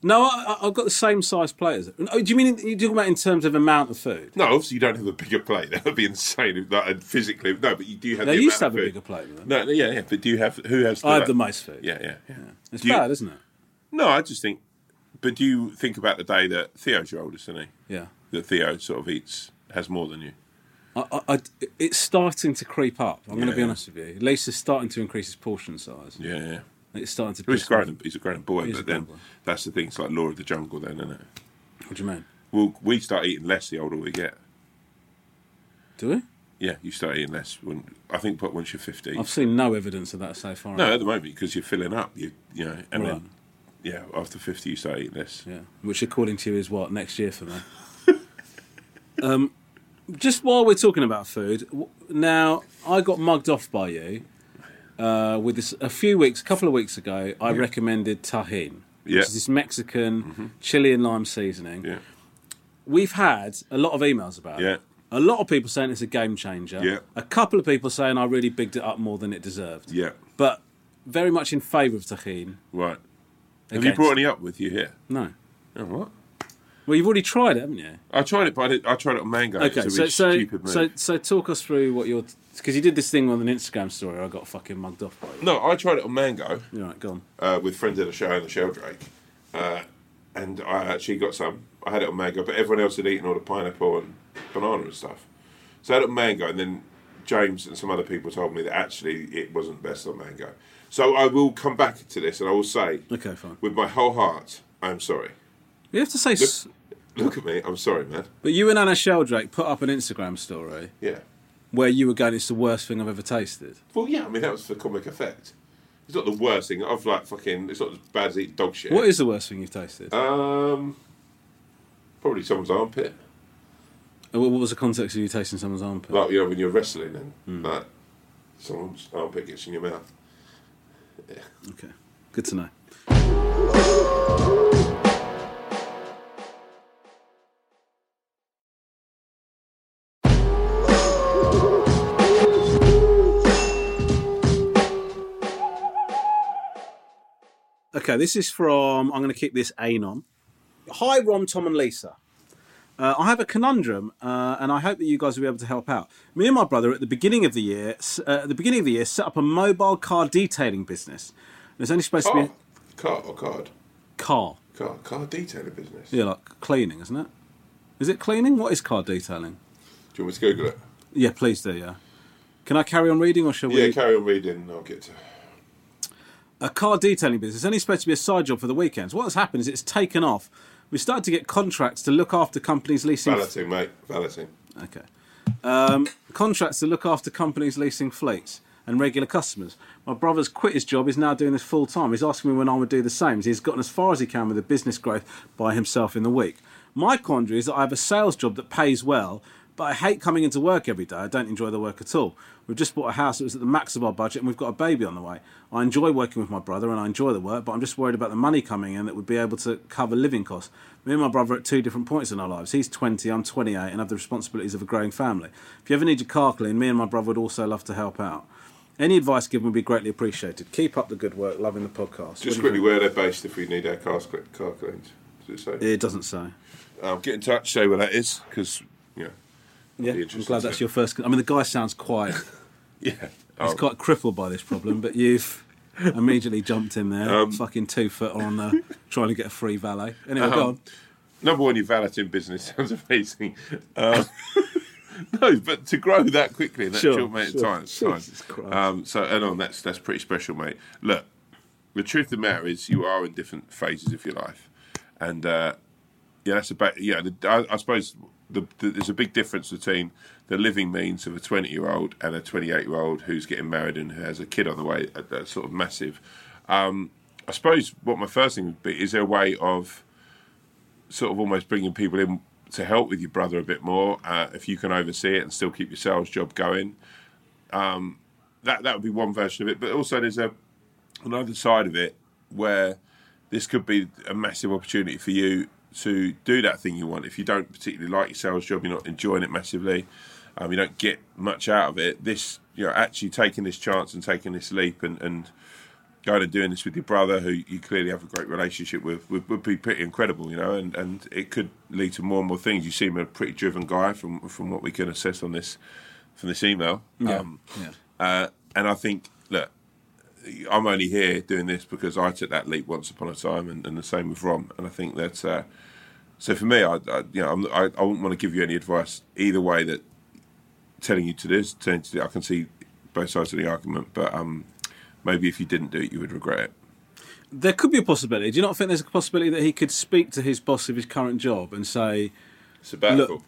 Speaker 2: No, I, I- I've got the same size plate as it. Oh, do you mean you talking about in terms of amount of food?
Speaker 3: no, obviously you don't have a bigger plate. [LAUGHS] That would be insane. If that, and physically, no, but you do have.
Speaker 2: They
Speaker 3: the
Speaker 2: used to
Speaker 3: amount
Speaker 2: have a
Speaker 3: of food.
Speaker 2: bigger plate than that.
Speaker 3: No, no, yeah, yeah. But do you have who has? The
Speaker 2: I have
Speaker 3: like-
Speaker 2: the most food.
Speaker 3: Yeah, yeah, yeah.
Speaker 2: It's
Speaker 3: Do you-
Speaker 2: bad, isn't it?
Speaker 3: No, I just think. But do you think about the day that Theo's your oldest, isn't he?
Speaker 2: Yeah.
Speaker 3: That Theo sort of eats has more than you.
Speaker 2: I, I, I, it's starting to creep up. I'm going to be
Speaker 3: Yeah.
Speaker 2: honest with you. Lisa's starting to increase his portion size.
Speaker 3: Yeah, yeah.
Speaker 2: It's starting to.
Speaker 3: But he's
Speaker 2: piss me off.
Speaker 3: grown. He's a grown boy.
Speaker 2: He's a
Speaker 3: but
Speaker 2: grown
Speaker 3: then
Speaker 2: boy.
Speaker 3: that's the thing. It's like law of the jungle, then, isn't it?
Speaker 2: What do you mean?
Speaker 3: Well, we start eating less the older we get.
Speaker 2: Do we?
Speaker 3: Yeah, you start eating less when I think, but once you're 50
Speaker 2: I've seen no evidence of that so far.
Speaker 3: no, at the moment because you're filling up. You, you know, and
Speaker 2: Right.
Speaker 3: then yeah, after fifty, you start eating less.
Speaker 2: Yeah, which according to you is what next year for me. [LAUGHS] um, just while we're talking about food, w- now I got mugged off by you uh, with this a few weeks, a couple of weeks ago. I recommended tajin,
Speaker 3: Yeah. Mm-hmm.
Speaker 2: which is this Mexican chili and lime seasoning.
Speaker 3: Yeah,
Speaker 2: We've had a lot of emails about
Speaker 3: Yeah.
Speaker 2: it. A lot of people saying it's a game changer.
Speaker 3: Yeah.
Speaker 2: A couple of people saying I really bigged it up more than it deserved.
Speaker 3: yeah.
Speaker 2: But very much in favour of tajin.
Speaker 3: Right. Have you
Speaker 2: against-
Speaker 3: brought any up with you here?
Speaker 2: No.
Speaker 3: Oh, what?
Speaker 2: Well, you've already tried it, haven't you?
Speaker 3: I tried it, but I, did, I tried it on mango.
Speaker 2: Okay,
Speaker 3: it's a
Speaker 2: so
Speaker 3: really
Speaker 2: so,
Speaker 3: stupid move.
Speaker 2: so so talk us through what you're because you did this thing on an Instagram story. I got fucking mugged off by you.
Speaker 3: No, I tried it on mango
Speaker 2: All right, go on.
Speaker 3: uh, with friends at a show in the Sheldrake, uh, and I actually got some. I had it on mango, but everyone else had eaten all the pineapple and banana and stuff. So I had it on mango, and then James and some other people told me that actually it wasn't best on mango. So I will come back to this, and I will say,
Speaker 2: Okay, fine.
Speaker 3: with my whole heart, I'm sorry.
Speaker 2: You have to say, s
Speaker 3: Look at me, I'm sorry, man.
Speaker 2: but you and Anna Sheldrake put up an Instagram story
Speaker 3: Yeah.
Speaker 2: where you were going, "It's the worst thing I've ever tasted."
Speaker 3: Well, yeah, I mean that was for comic effect. It's not the worst thing. I've like fucking. It's not as bad as eating dog shit.
Speaker 2: What is the worst thing you've tasted?
Speaker 3: Um, probably someone's armpit.
Speaker 2: Uh, what what was the context of you tasting someone's armpit?
Speaker 3: Like you know when you're wrestling and
Speaker 2: Hmm.
Speaker 3: like someone's armpit gets in your mouth.
Speaker 2: Okay, good to know. Okay, this is from. I'm going to keep this anon. Hi, Rom, Tom, and Lisa. Uh, I have a conundrum, uh, and I hope that you guys will be able to help out. Me and my brother, at the beginning of the year, s- uh, at the beginning of the year, set up a mobile car detailing business. And it's only supposed to
Speaker 3: Car,
Speaker 2: be
Speaker 3: car or Oh, card,
Speaker 2: a car,
Speaker 3: car, car detailer business.
Speaker 2: yeah, like cleaning, isn't it? Is it cleaning? What is car detailing?
Speaker 3: Do you want me to Google it?
Speaker 2: Yeah, please do. Yeah. Can I carry on reading, or shall
Speaker 3: Yeah,
Speaker 2: we?
Speaker 3: carry on reading. I'll get to.
Speaker 2: a car detailing business. It's only supposed to be a side job for the weekends. What has happened is it's taken off. We started to get contracts to look after companies leasing.
Speaker 3: Balloting, mate. Balloting.
Speaker 2: Okay. Um, contracts to look after companies leasing fleets and regular customers. My brother's quit his job. He's now doing this full time. He's asking me when I would do the same. He's gotten as far as he can with the business growth by himself in the week. My quandary is that I have a sales job that pays well, but I hate coming into work every day. I don't enjoy the work at all. We've just bought a house that was at the max of our budget, and we've got a baby on the way. I enjoy working with my brother, and I enjoy the work, but I'm just worried about the money coming in that would be able to cover living costs. Me and my brother are at two different points in our lives. He's 20, I'm 28, and have the responsibilities of a growing family. If you ever need your car cleaned, me and my brother would also love to help out. Any advice given would be greatly appreciated. Keep up the good work. Loving the podcast. What
Speaker 3: Just
Speaker 2: do you
Speaker 3: quickly, where they're based if we need our cars cle- car cleaned. Does it
Speaker 2: think?
Speaker 3: say?
Speaker 2: It doesn't say.
Speaker 3: Um, get in touch, say where that is, because yeah,
Speaker 2: Yeah,
Speaker 3: be
Speaker 2: I'm
Speaker 3: interesting
Speaker 2: glad
Speaker 3: to-
Speaker 2: that's your first. Con- I mean, the guy sounds
Speaker 3: [LAUGHS]
Speaker 2: quite.
Speaker 3: yeah.
Speaker 2: He's
Speaker 3: Oh,
Speaker 2: quite crippled by this problem, but you've immediately jumped in there,
Speaker 3: Um,
Speaker 2: fucking two foot on, uh, trying to get a free valet. Anyway, go
Speaker 3: um,
Speaker 2: on.
Speaker 3: Number one, your valeting business [LAUGHS] sounds amazing. Um, [LAUGHS] no, but to grow that quickly in that
Speaker 2: Sure,
Speaker 3: short amount
Speaker 2: sure.
Speaker 3: of time, it's fine.
Speaker 2: Jesus Christ.
Speaker 3: Um, so, and on that's that's pretty special, mate. Look, the truth of the matter is, you are in different phases of your life, and uh, yeah, that's about yeah. The, I, I suppose the, the, there's a big difference between the living means of a 20 year old and a 28 year old who's getting married and who has a kid on the way. uh, That's sort of massive. Um, I suppose what my first thing would be is there a way of sort of almost bringing people in to help with your brother a bit more uh, if you can oversee it and still keep your sales job going. Um, that that would be one version of it, but also there's a another side of it where this could be a massive opportunity for you to do that thing you want. If you don't particularly like your sales job, you're not enjoying it massively, um, you don't get much out of it. This you're actually taking this chance and taking this leap and and going and doing this with your brother, who you clearly have a great relationship with, would, would be pretty incredible, you know. And, and it could lead to more and more things. You seem a pretty driven guy from from what we can assess on this from this email. Um,
Speaker 2: yeah.
Speaker 3: uh, and I think, look, I'm only here doing this because I took that leap once upon a time, and, and the same with Rom. And I think that, uh, so for me, I, I you know, I'm, I, I wouldn't want to give you any advice either way that telling you to do this, telling you to do, I can see both sides of the argument, but um, maybe if you didn't do it, you would regret it.
Speaker 2: There could be a possibility. Do you not think there's a possibility that he could speak to his boss of his current job and say,
Speaker 3: Sabbatical.
Speaker 2: Look-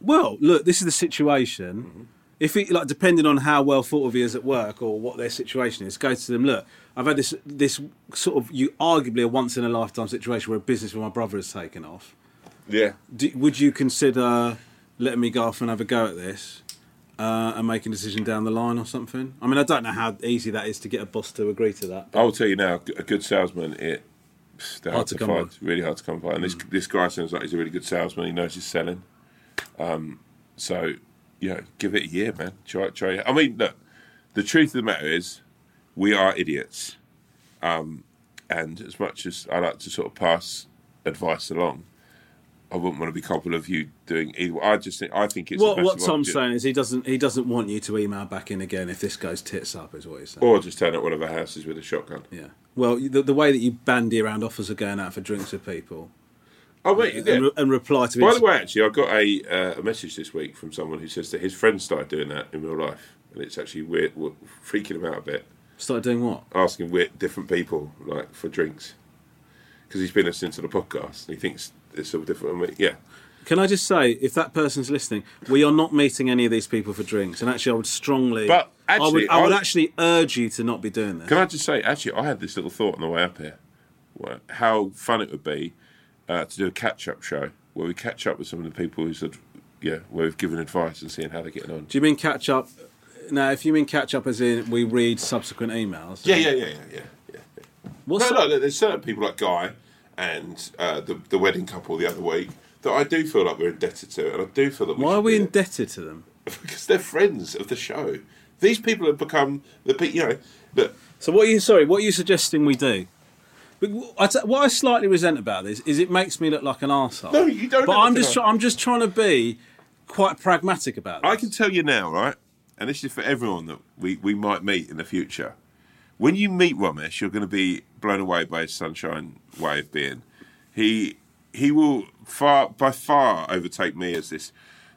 Speaker 2: well, look, this is the situation. If he, like, depending on how well thought of he is at work or what their situation is, go to them. Look, I've had this this sort of you arguably a once in a lifetime situation where a business with my brother has taken off.
Speaker 3: yeah.
Speaker 2: Do, would you consider letting me go off and have a go at this uh, and making a decision down the line or something? I mean, I don't know how easy that is to get a boss to agree to that.
Speaker 3: I'll tell you now, a good salesman, it, they're hard,
Speaker 2: to
Speaker 3: to,
Speaker 2: come
Speaker 3: find,
Speaker 2: by. Mm.
Speaker 3: really hard to come by. And this this guy sounds like he's a really good salesman. He knows he's selling. Um, so, you know, give it a year, man. Try, try. it. I mean, look, the truth of the matter is, we are idiots. Um, and as much as I like to sort of pass advice along, I wouldn't want to be culpable of you doing either. I just think I think it's the
Speaker 2: What
Speaker 3: best
Speaker 2: what
Speaker 3: of
Speaker 2: Tom's
Speaker 3: opportu-
Speaker 2: saying is he doesn't he doesn't want you to email back in again if this goes tits up, is what he's saying.
Speaker 3: or just turn up one of our houses with a shotgun.
Speaker 2: yeah. Well, you- the, the way that you bandy around offers of going out for drinks with people
Speaker 3: Oh wait, yeah.
Speaker 2: and, re- and reply to
Speaker 3: By
Speaker 2: his,
Speaker 3: the way, actually, I got a, uh, a message this week from someone who says that his friend started doing that in real life, and it's actually weird, w- freaking him out a bit,
Speaker 2: started doing what?
Speaker 3: asking weird, different people like for drinks, because he's been listening to the podcast and he thinks it's all different. I mean, yeah,
Speaker 2: Can I just say, if that person's listening, we are not meeting any of these people for drinks, and actually, I would strongly,
Speaker 3: But
Speaker 2: I would,
Speaker 3: actually,
Speaker 2: I would
Speaker 3: I-
Speaker 2: actually urge you to not be doing this.
Speaker 3: Can I just say, actually, I had this little thought on the way up here, wha- how fun it would be uh, to do a catch-up show where we catch up with some of the people who said, yeah, where we've given advice and seeing how they're getting on.
Speaker 2: Do you mean catch up? Now, if you mean catch up, as in we read subsequent emails.
Speaker 3: yeah, yeah, yeah. yeah.
Speaker 2: What's
Speaker 3: No, no, there- there's certain people like Guy and uh, the the wedding couple the other week that I do feel like we're indebted to, and I do feel that we
Speaker 2: why are
Speaker 3: should
Speaker 2: we
Speaker 3: be-
Speaker 2: indebted to them?
Speaker 3: [LAUGHS] because they're friends of the show. These people have become the people, you know. Look,
Speaker 2: So, what are you? Sorry, what are you suggesting we do? But wh- I t- what I slightly resent about this is it makes me look like an arsehole.
Speaker 3: No, you don't
Speaker 2: But
Speaker 3: look
Speaker 2: I'm
Speaker 3: like
Speaker 2: just,
Speaker 3: an
Speaker 2: try- I'm just trying to be quite pragmatic about this.
Speaker 3: I can tell you now, right? And this is for everyone that we, we might meet in the future. When you meet Ramesh, you're going to be blown away by his sunshine way of being. He he will far by far overtake me as this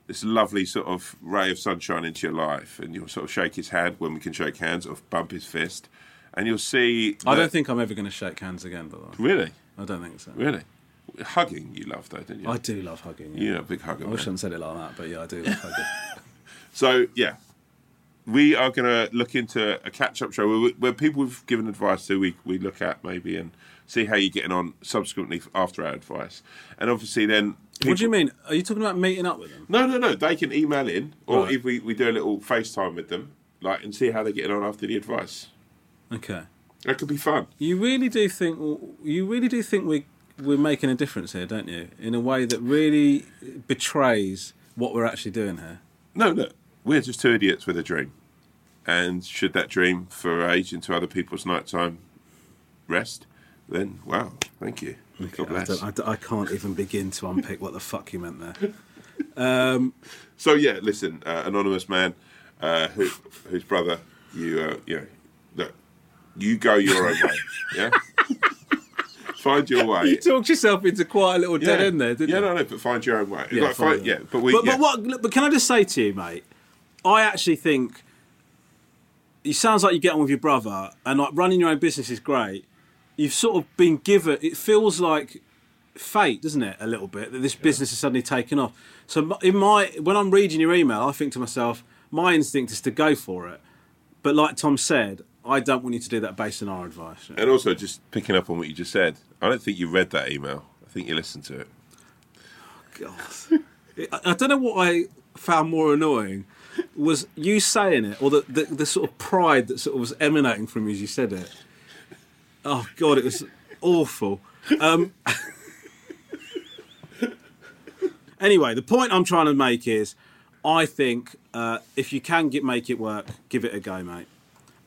Speaker 3: this lovely sort of ray of sunshine into your life, and you'll sort of shake his hand when we can shake hands, or bump his fist, and you'll see.
Speaker 2: I
Speaker 3: that-
Speaker 2: don't think I'm ever going to shake hands again, by the way.
Speaker 3: Really,
Speaker 2: I don't think so.
Speaker 3: really, hugging you love though, didn't you?
Speaker 2: I do love hugging. Yeah.
Speaker 3: You're a big hugger.
Speaker 2: I wish I
Speaker 3: man.
Speaker 2: hadn't said it like that, but yeah, I do love
Speaker 3: [LAUGHS]
Speaker 2: hugging.
Speaker 3: So yeah, we are going to look into a catch-up show where, where people have given advice to. We we look at maybe and see how you're getting on subsequently after our advice, and obviously then.
Speaker 2: what do you mean? Are you talking about meeting up with them?
Speaker 3: No, no, no. They can email in, or
Speaker 2: Right.
Speaker 3: if we, we do a little FaceTime with them, like and see how they're getting on after the advice.
Speaker 2: Okay.
Speaker 3: That could be fun.
Speaker 2: You really do think you really do think we we're making a difference here, don't you? In a way that really betrays what we're actually doing here.
Speaker 3: No, look, we're just two idiots with a dream, and should that dream forage into other people's nighttime rest, then wow, thank you. God
Speaker 2: I,
Speaker 3: bless.
Speaker 2: don't- I don't- I can't even begin to unpick what the fuck you meant there.
Speaker 3: So yeah, listen, uh, anonymous man, uh, who, whose brother you, uh, you know, look, you go your own
Speaker 2: [LAUGHS]
Speaker 3: way, yeah. Find your way.
Speaker 2: [LAUGHS] You talked yourself into quite a little dead end there, didn't
Speaker 3: yeah,
Speaker 2: you?
Speaker 3: no, no, but find your own way.
Speaker 2: Yeah,
Speaker 3: Like, find-
Speaker 2: fine,
Speaker 3: yeah, but we.
Speaker 2: But,
Speaker 3: yeah.
Speaker 2: what? look, But can I just say to you, mate? I actually think it sounds like you get on with your brother, and like running your own business is great. You've sort of been given. It feels like fate, doesn't it? A little bit that this business is suddenly taken off. So m- in my when I'm reading your email, I think to myself, my instinct is to go for it. But like Tom said, I don't want you to do that based on our advice.
Speaker 3: And also, just picking up on what you just said, I don't think you read that email. I think you listened to it.
Speaker 2: God. I, I don't know what I found more annoying was you saying it or the, the, the sort of pride that sort of was emanating from you as you said it. Oh, God, it was awful. Um, [LAUGHS] anyway, the point I'm trying to make is I think uh, if you can get, make it work, give it a go, mate.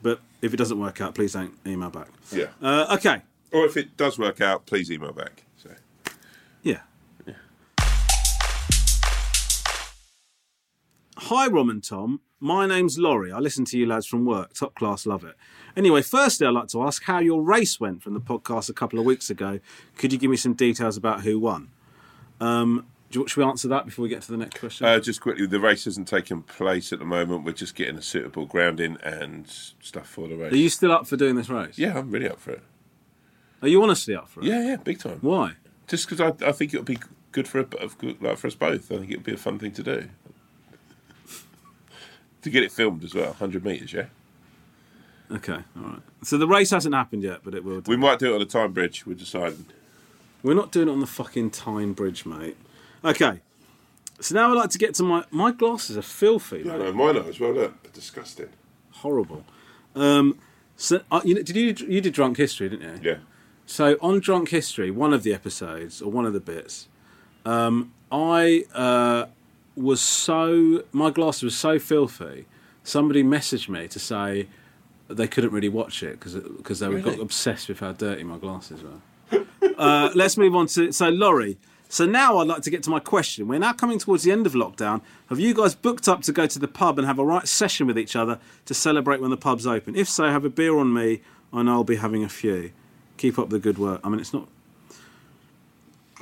Speaker 2: But if it doesn't work out, please don't email back.
Speaker 3: Yeah.
Speaker 2: Uh, okay.
Speaker 3: or if it does work out, please email back. So.
Speaker 2: Yeah. Hi, Rom and Tom. My name's Laurie. I listen to you lads from work. Top class, love it. Anyway, firstly, I'd like to ask how your race went from the podcast a couple of weeks ago. Could you give me some details about who won? Um, do you- should we answer that before we get to the next question?
Speaker 3: Uh, just quickly, the race isn't taking place at the moment. We're just getting a suitable grounding and stuff for the race.
Speaker 2: Are you still up for doing this race?
Speaker 3: Yeah, I'm really up for it.
Speaker 2: Are you honestly up for it?
Speaker 3: Yeah, yeah, big time.
Speaker 2: Why?
Speaker 3: Just because I, I think it'll be good for a, of good- like for us both. I think it'll be a fun thing to do. to get it filmed as well, hundred meters. Yeah,
Speaker 2: Okay, all right. So the race hasn't happened yet, but it will. Do.
Speaker 3: we might do it on the time bridge. We're deciding.
Speaker 2: We're not doing it on the fucking Tyne Bridge, mate. Okay. So now I'd like to get to my my glasses are filthy,
Speaker 3: I
Speaker 2: mate.
Speaker 3: know mine are as well. Look, disgusting.
Speaker 2: horrible. Um, so uh, you know, did you you did drunk history, didn't you?
Speaker 3: Yeah,
Speaker 2: So on drunk history, one of the episodes or one of the bits, um, I uh, was so my glasses were so filthy. Somebody messaged me to say they couldn't really watch it because they were got
Speaker 3: Really?
Speaker 2: obsessed with how dirty my glasses were. Uh, let's move on to so Laurie. So now I'd like to get to my question. We're now coming towards the end of lockdown. Have you guys booked up to go to the pub and have a right session with each other to celebrate when the pub's open? If so, have a beer on me, and I'll be having a few. Keep up the good work. I mean, it's not.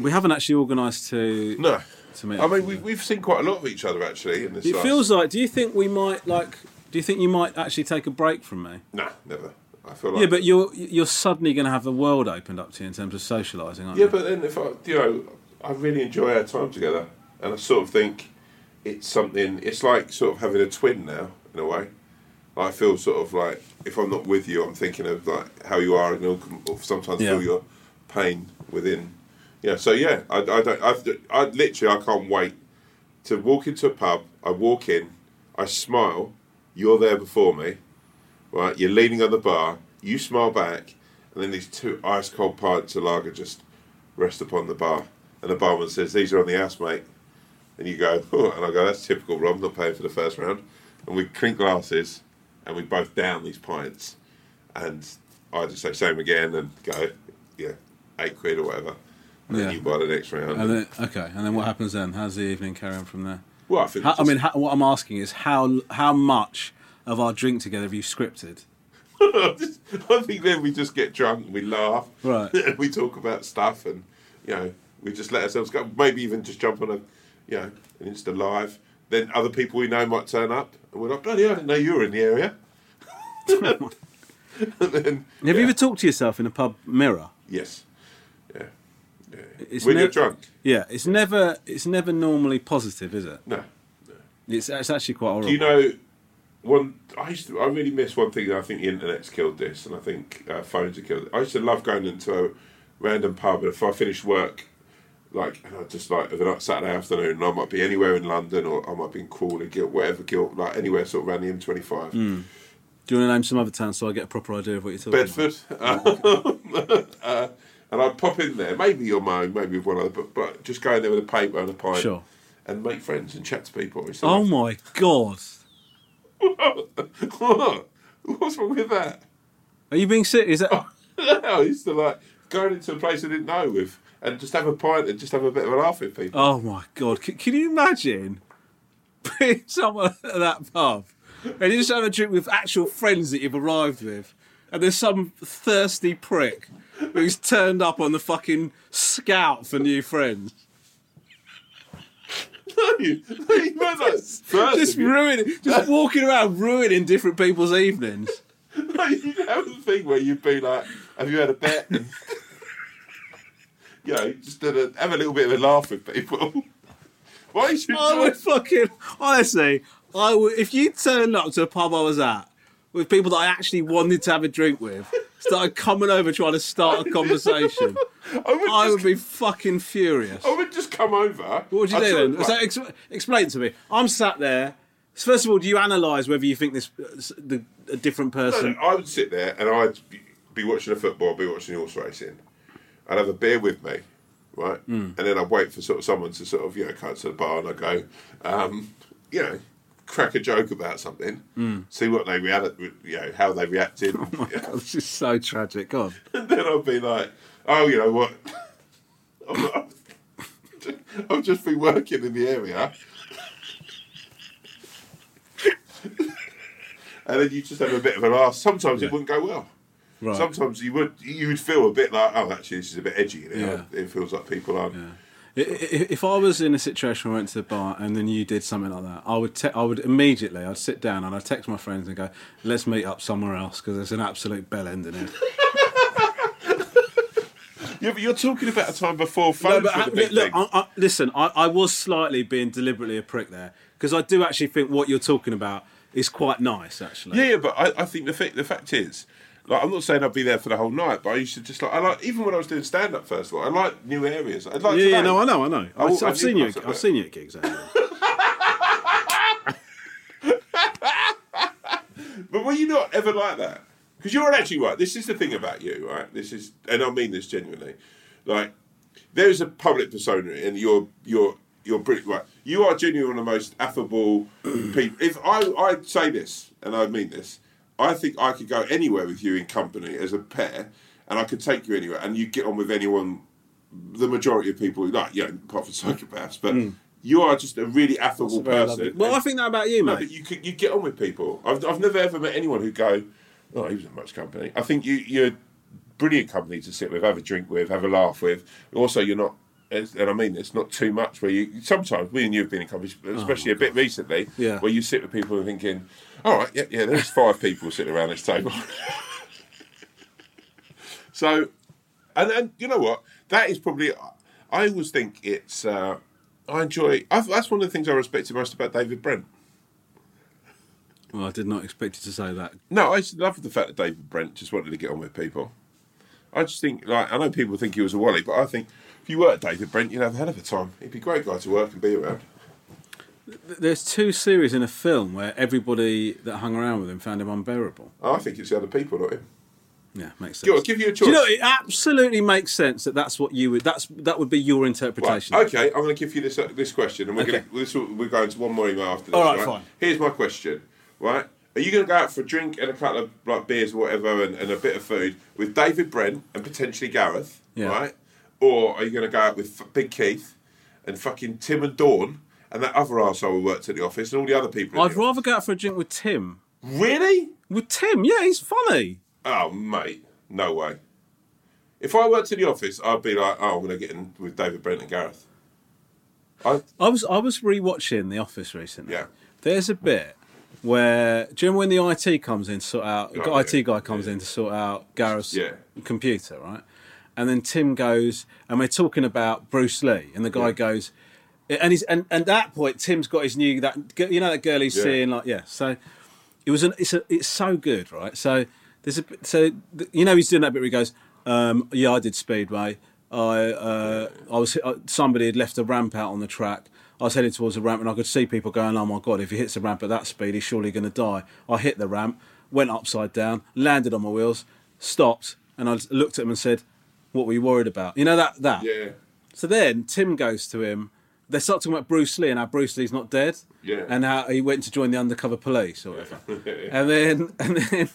Speaker 2: We haven't actually organised to.
Speaker 3: no.
Speaker 2: To me,
Speaker 3: I mean, we, we've seen quite a lot of each other actually. In this
Speaker 2: It
Speaker 3: last-
Speaker 2: feels like. Do you think we might like? Do you think you might actually take a break from me?
Speaker 3: nah, never. I feel like
Speaker 2: Yeah, but you're you're suddenly going to have the world opened up to you in terms of socialising, aren't
Speaker 3: Yeah,
Speaker 2: you?
Speaker 3: but then if I, you know, I really enjoy our time together, and I sort of think it's something. It's like sort of having a twin now in a way. I feel sort of like if I'm not with you, I'm thinking of like how you are, and all com- or sometimes
Speaker 2: Yeah.
Speaker 3: feel your pain within. Yeah. So yeah, I, I don't. I've, I literally I can't wait to walk into a pub. I walk in, I smile. You're there before me right? You're leaning on the bar, you smile back, and then these two ice cold pints of lager just rest upon the bar. And the barman says, These are on the house, mate. And you go, oh, and I go, That's typical, Rob, not paying for the first round. And we clink glasses and we both down these pints. And I just say, Same again, and go, Yeah, eight quid or whatever. And
Speaker 2: Yeah.
Speaker 3: then you buy the next round.
Speaker 2: And then, okay, and then what happens then? How's the evening carry on from there?
Speaker 3: well, I, think
Speaker 2: How,
Speaker 3: it's
Speaker 2: I
Speaker 3: just-
Speaker 2: mean, how, what I'm asking is how how much of our drink together have you scripted?
Speaker 3: [LAUGHS] I think then we just get drunk and we laugh.
Speaker 2: Right.
Speaker 3: [LAUGHS] And we talk about stuff and, you know, we just let ourselves go. Maybe even just jump on a, you know, an Insta live. Then
Speaker 2: [LAUGHS]
Speaker 3: other people we know might turn up [LAUGHS] and we're like, bloody hell, I didn't know you were in the area. and then
Speaker 2: Have you ever talked to yourself in a pub mirror?
Speaker 3: yes, yeah, yeah.
Speaker 2: It's
Speaker 3: when
Speaker 2: ne-
Speaker 3: you're drunk,
Speaker 2: Yeah, it's never it's never normally positive, is it?
Speaker 3: no.
Speaker 2: It's, it's actually quite horrible.
Speaker 3: Do you know one? I used to. I really miss one thing. and I think the internet's killed this, and I think uh, phones have killed it. I used to love going into a random pub, and if I finished work, like and I just like of a Saturday afternoon, and I might be anywhere in London, or I might be in Crawley, Gilt, whatever Gilt, like anywhere sort of around the M25,
Speaker 2: Mm. Do you want to name some other town so I get a proper idea of what you're talking about?
Speaker 3: Bedford, [LAUGHS] uh, and I'd pop in there, maybe on my own, maybe with one other, but, but just go in there with a paper and a pint.
Speaker 2: Sure.
Speaker 3: And make friends and chat to people. It's
Speaker 2: Oh
Speaker 3: like,
Speaker 2: my god.
Speaker 3: [LAUGHS] what's wrong with that?
Speaker 2: Are you being serious? Is
Speaker 3: Oh.
Speaker 2: that,
Speaker 3: I used to like going into a place I didn't know with and just have a pint and just have a bit of a laugh with people. [LAUGHS]
Speaker 2: oh my god. Can, can you imagine being [LAUGHS] someone at that pub and you're just having a drink with actual friends that you've arrived with and there's some thirsty prick who's turned up on the fucking scout for new friends?
Speaker 3: you [LAUGHS] weren't like [LAUGHS]
Speaker 2: Just
Speaker 3: thirsty.
Speaker 2: ruining, just walking around ruining different people's evenings.
Speaker 3: Like, [LAUGHS] you have the thing where you'd be like, "Have you had a bet?" [LAUGHS] And, you know, just did a, have a little bit of a laugh with people. [LAUGHS] Why should you?
Speaker 2: I would fucking honestly, I would if you turned up to a pub I was at with people that I actually wanted to have a drink with, started coming over trying to start a conversation,
Speaker 3: [LAUGHS] I would,
Speaker 2: I
Speaker 3: just, Oh,
Speaker 2: would be fucking furious.
Speaker 3: I would just come over.
Speaker 2: What would you
Speaker 3: I'd
Speaker 2: do
Speaker 3: sort of
Speaker 2: then? So
Speaker 3: like-
Speaker 2: ex- explain to me. I'm sat there. So First of all, do you analyse whether you think this uh, the, a different
Speaker 3: No,
Speaker 2: person?
Speaker 3: no, I would sit there and I'd be- be watching the football, be watching the horse racing. I'd have a beer with me, right? And then I'd wait for sort of someone to sort of, you know, come to the bar and I'd go, um, you know, crack a joke about something, see what they reacted, you know, how they reacted. [LAUGHS]
Speaker 2: God, [LAUGHS] this is so tragic. God,
Speaker 3: and then I'd be like, oh, you know what? [LAUGHS] I'm- [LAUGHS] I've just been working in the area. [LAUGHS] and then you just have a bit of a laugh. Sometimes it wouldn't go well.
Speaker 2: right.
Speaker 3: Sometimes you would you would feel a bit like, oh, actually, this is a bit edgy. You know?
Speaker 2: Yeah.
Speaker 3: It feels like people aren't.
Speaker 2: I- i- If I was in a situation where I went to the bar and then you did something like that, I would te- I would immediately I'd sit down and I'd text my friends and go, "Let's meet up somewhere else because there's an absolute bell end in here."
Speaker 3: Yeah, but you're talking about a time before
Speaker 2: no,
Speaker 3: phones
Speaker 2: but
Speaker 3: were
Speaker 2: ha-
Speaker 3: the big
Speaker 2: look,
Speaker 3: thing.
Speaker 2: I, I, listen, I, I was slightly being deliberately a prick there because I do actually think what you're talking about is quite nice, actually.
Speaker 3: Yeah, yeah, but I, I think the fact the fact is, like, I'm not saying I'd be there for the whole night, but I used to just like I like even when I was doing stand up. First of all, I like new areas. I'd like
Speaker 2: yeah,
Speaker 3: to
Speaker 2: yeah, no,
Speaker 3: know.
Speaker 2: I know, I know.
Speaker 3: I
Speaker 2: I've,
Speaker 3: will-
Speaker 2: I've
Speaker 3: I
Speaker 2: seen
Speaker 3: do
Speaker 2: you.
Speaker 3: pass it
Speaker 2: At,
Speaker 3: back.
Speaker 2: I've seen you at gigs. Anyway.
Speaker 3: But were you not ever like that? Because you're actually right. This is the thing about you, right? This is, and I mean this genuinely. Like, there is a public persona, and you're you're you're brilliant. Right, you are genuinely one of the most
Speaker 2: [CLEARS THROAT]
Speaker 3: affable people. If I I say this, and I mean this, I think I could go anywhere with you in company as a pair, and I could take you anywhere, and you get on with anyone. The majority of people, like you know, apart from [LAUGHS] psychopaths, but you are just a really affable
Speaker 2: Mm. Very
Speaker 3: person.
Speaker 2: lovely. Well, I think that about you,
Speaker 3: No,
Speaker 2: mate.
Speaker 3: but you could, you get on with people. I've, I've never ever met anyone who go, oh, he was in much company. I think you you're brilliant company to sit with, have a drink with, have a laugh with. Also, you're not, and I mean this, not too much. Where you sometimes we and you have been in company, especially a bit recently,
Speaker 2: Yeah.
Speaker 3: where you sit with people and thinking, all right, yeah, yeah, there's five people sitting around this table. [LAUGHS] so, and and you know what? That is probably. I always think it's. Uh, I enjoy. i that's one of the things I respected most about David Brent.
Speaker 2: Well, I did not expect you to say that.
Speaker 3: No, I just love the fact that David Brent just wanted to get on with people. I just think, like, I know people think he was a wally, but I think if you were David Brent, you'd have a hell of a time. He'd be a great guy to work and be around.
Speaker 2: Th- There's two series in a film where everybody that hung around with him found him unbearable.
Speaker 3: I think it's the other people, not him.
Speaker 2: Yeah, makes sense.
Speaker 3: Give, give you a choice.
Speaker 2: Do you know, it absolutely makes sense that that's what you would. That's that would be your
Speaker 3: Right,
Speaker 2: interpretation.
Speaker 3: okay, I'm going to give you this uh, this question, and we're
Speaker 2: Okay.
Speaker 3: going to this, will- we're going to one more email after this.
Speaker 2: All right, fine.
Speaker 3: Here's my question. Right, are you going to go out for a drink and a couple of like beers or whatever, and, and a bit of food with David Brent and potentially Gareth?
Speaker 2: Yeah.
Speaker 3: Right, or are you going to go out with f- Big Keith and fucking Tim and Dawn and that other arsehole who worked at the office and all the other people? in
Speaker 2: I'd
Speaker 3: the
Speaker 2: rather go out for a drink with Tim.
Speaker 3: office? really?
Speaker 2: With Tim, yeah, he's funny.
Speaker 3: Oh, mate, no way. If I worked in the office, I'd be like, oh, I'm going to get in with David Brent and Gareth. I,
Speaker 2: I was I was rewatching The Office recently.
Speaker 3: Yeah.
Speaker 2: There's a bit where do you remember when the IT comes in to sort out the
Speaker 3: Oh,
Speaker 2: IT
Speaker 3: yeah.
Speaker 2: guy comes in to sort out Gareth's
Speaker 3: Yeah.
Speaker 2: computer, right? And then Tim goes, and we're talking about Bruce Lee, and the guy
Speaker 3: Yeah.
Speaker 2: goes, and he's and, and at that point Tim's got his new that you know that girl he's
Speaker 3: Yeah.
Speaker 2: seeing like yeah, so it was an it's a, it's so good right so there's a bit- so th- you know he's doing that bit where he goes um, yeah I did speedway I uh, I was uh, somebody had left a ramp out on the track I was headed towards the ramp and I could see people going oh my god if he hits the ramp at that speed he's surely going to die I hit the ramp went upside down landed on my wheels stopped and I looked at him and said what were you worried about you know that that
Speaker 3: Yeah.
Speaker 2: so then Tim goes to him. They start talking about Bruce Lee and how Bruce Lee's not dead,
Speaker 3: Yeah.
Speaker 2: and how he went to join the undercover police or whatever. And then and then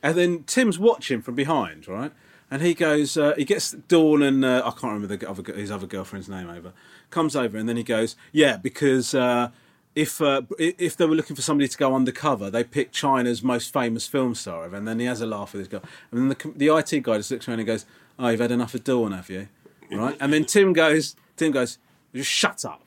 Speaker 2: and then Tim's watching from behind, right? And he goes, uh, he gets Dawn and uh, I can't remember the other gi- his other girlfriend's name over. Comes over and then he goes, yeah, because uh, if uh, i- if they were looking for somebody to go undercover, they picked China's most famous film star. over. And then he has a laugh with his guy. And then the, com- the IT guy just looks around and goes, oh, you've had enough of Dawn, have you? right? And then Tim goes, Tim goes, just shut up.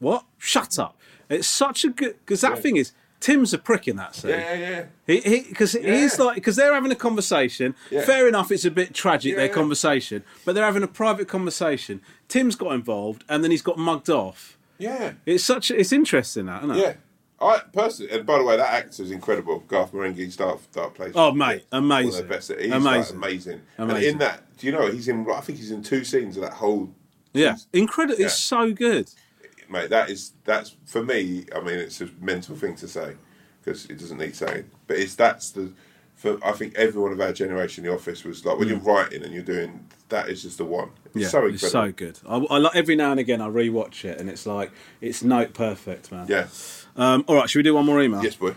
Speaker 2: What? Shut up. It's such a good because that thing is Tim's a prick in that scene.
Speaker 3: Yeah, yeah.
Speaker 2: He because he's
Speaker 3: Yeah.
Speaker 2: like because they're having a conversation.
Speaker 3: Yeah.
Speaker 2: Fair enough, it's a bit tragic their
Speaker 3: Yeah.
Speaker 2: conversation, but they're having a private conversation. Tim's got involved, and then he's got mugged off.
Speaker 3: Yeah.
Speaker 2: It's such it's interesting that, isn't it?
Speaker 3: Yeah. I personally, and by the way, that actor's incredible. Garth Marenghi's Dark Dark Place.
Speaker 2: Oh, mate, amazing.
Speaker 3: One of the best. He's amazing.
Speaker 2: Amazing.
Speaker 3: amazing. And
Speaker 2: Amazing.
Speaker 3: in that, do you know he's in? I think he's in two scenes of that whole.
Speaker 2: yeah. Incredible. It's so good.
Speaker 3: Mate, that is that's for me. I mean, it's a mental thing to say because it doesn't need saying, but it's that's the. For I think everyone of our generation in the office was like when you're writing and you're doing that is just the one. It's
Speaker 2: Mm. Yeah,
Speaker 3: so incredible.
Speaker 2: it's so good. I, I like every now and again I rewatch it, and it's like it's note perfect, man.
Speaker 3: yeah.
Speaker 2: Um, all right, should we do one more email?
Speaker 3: Yes, boy.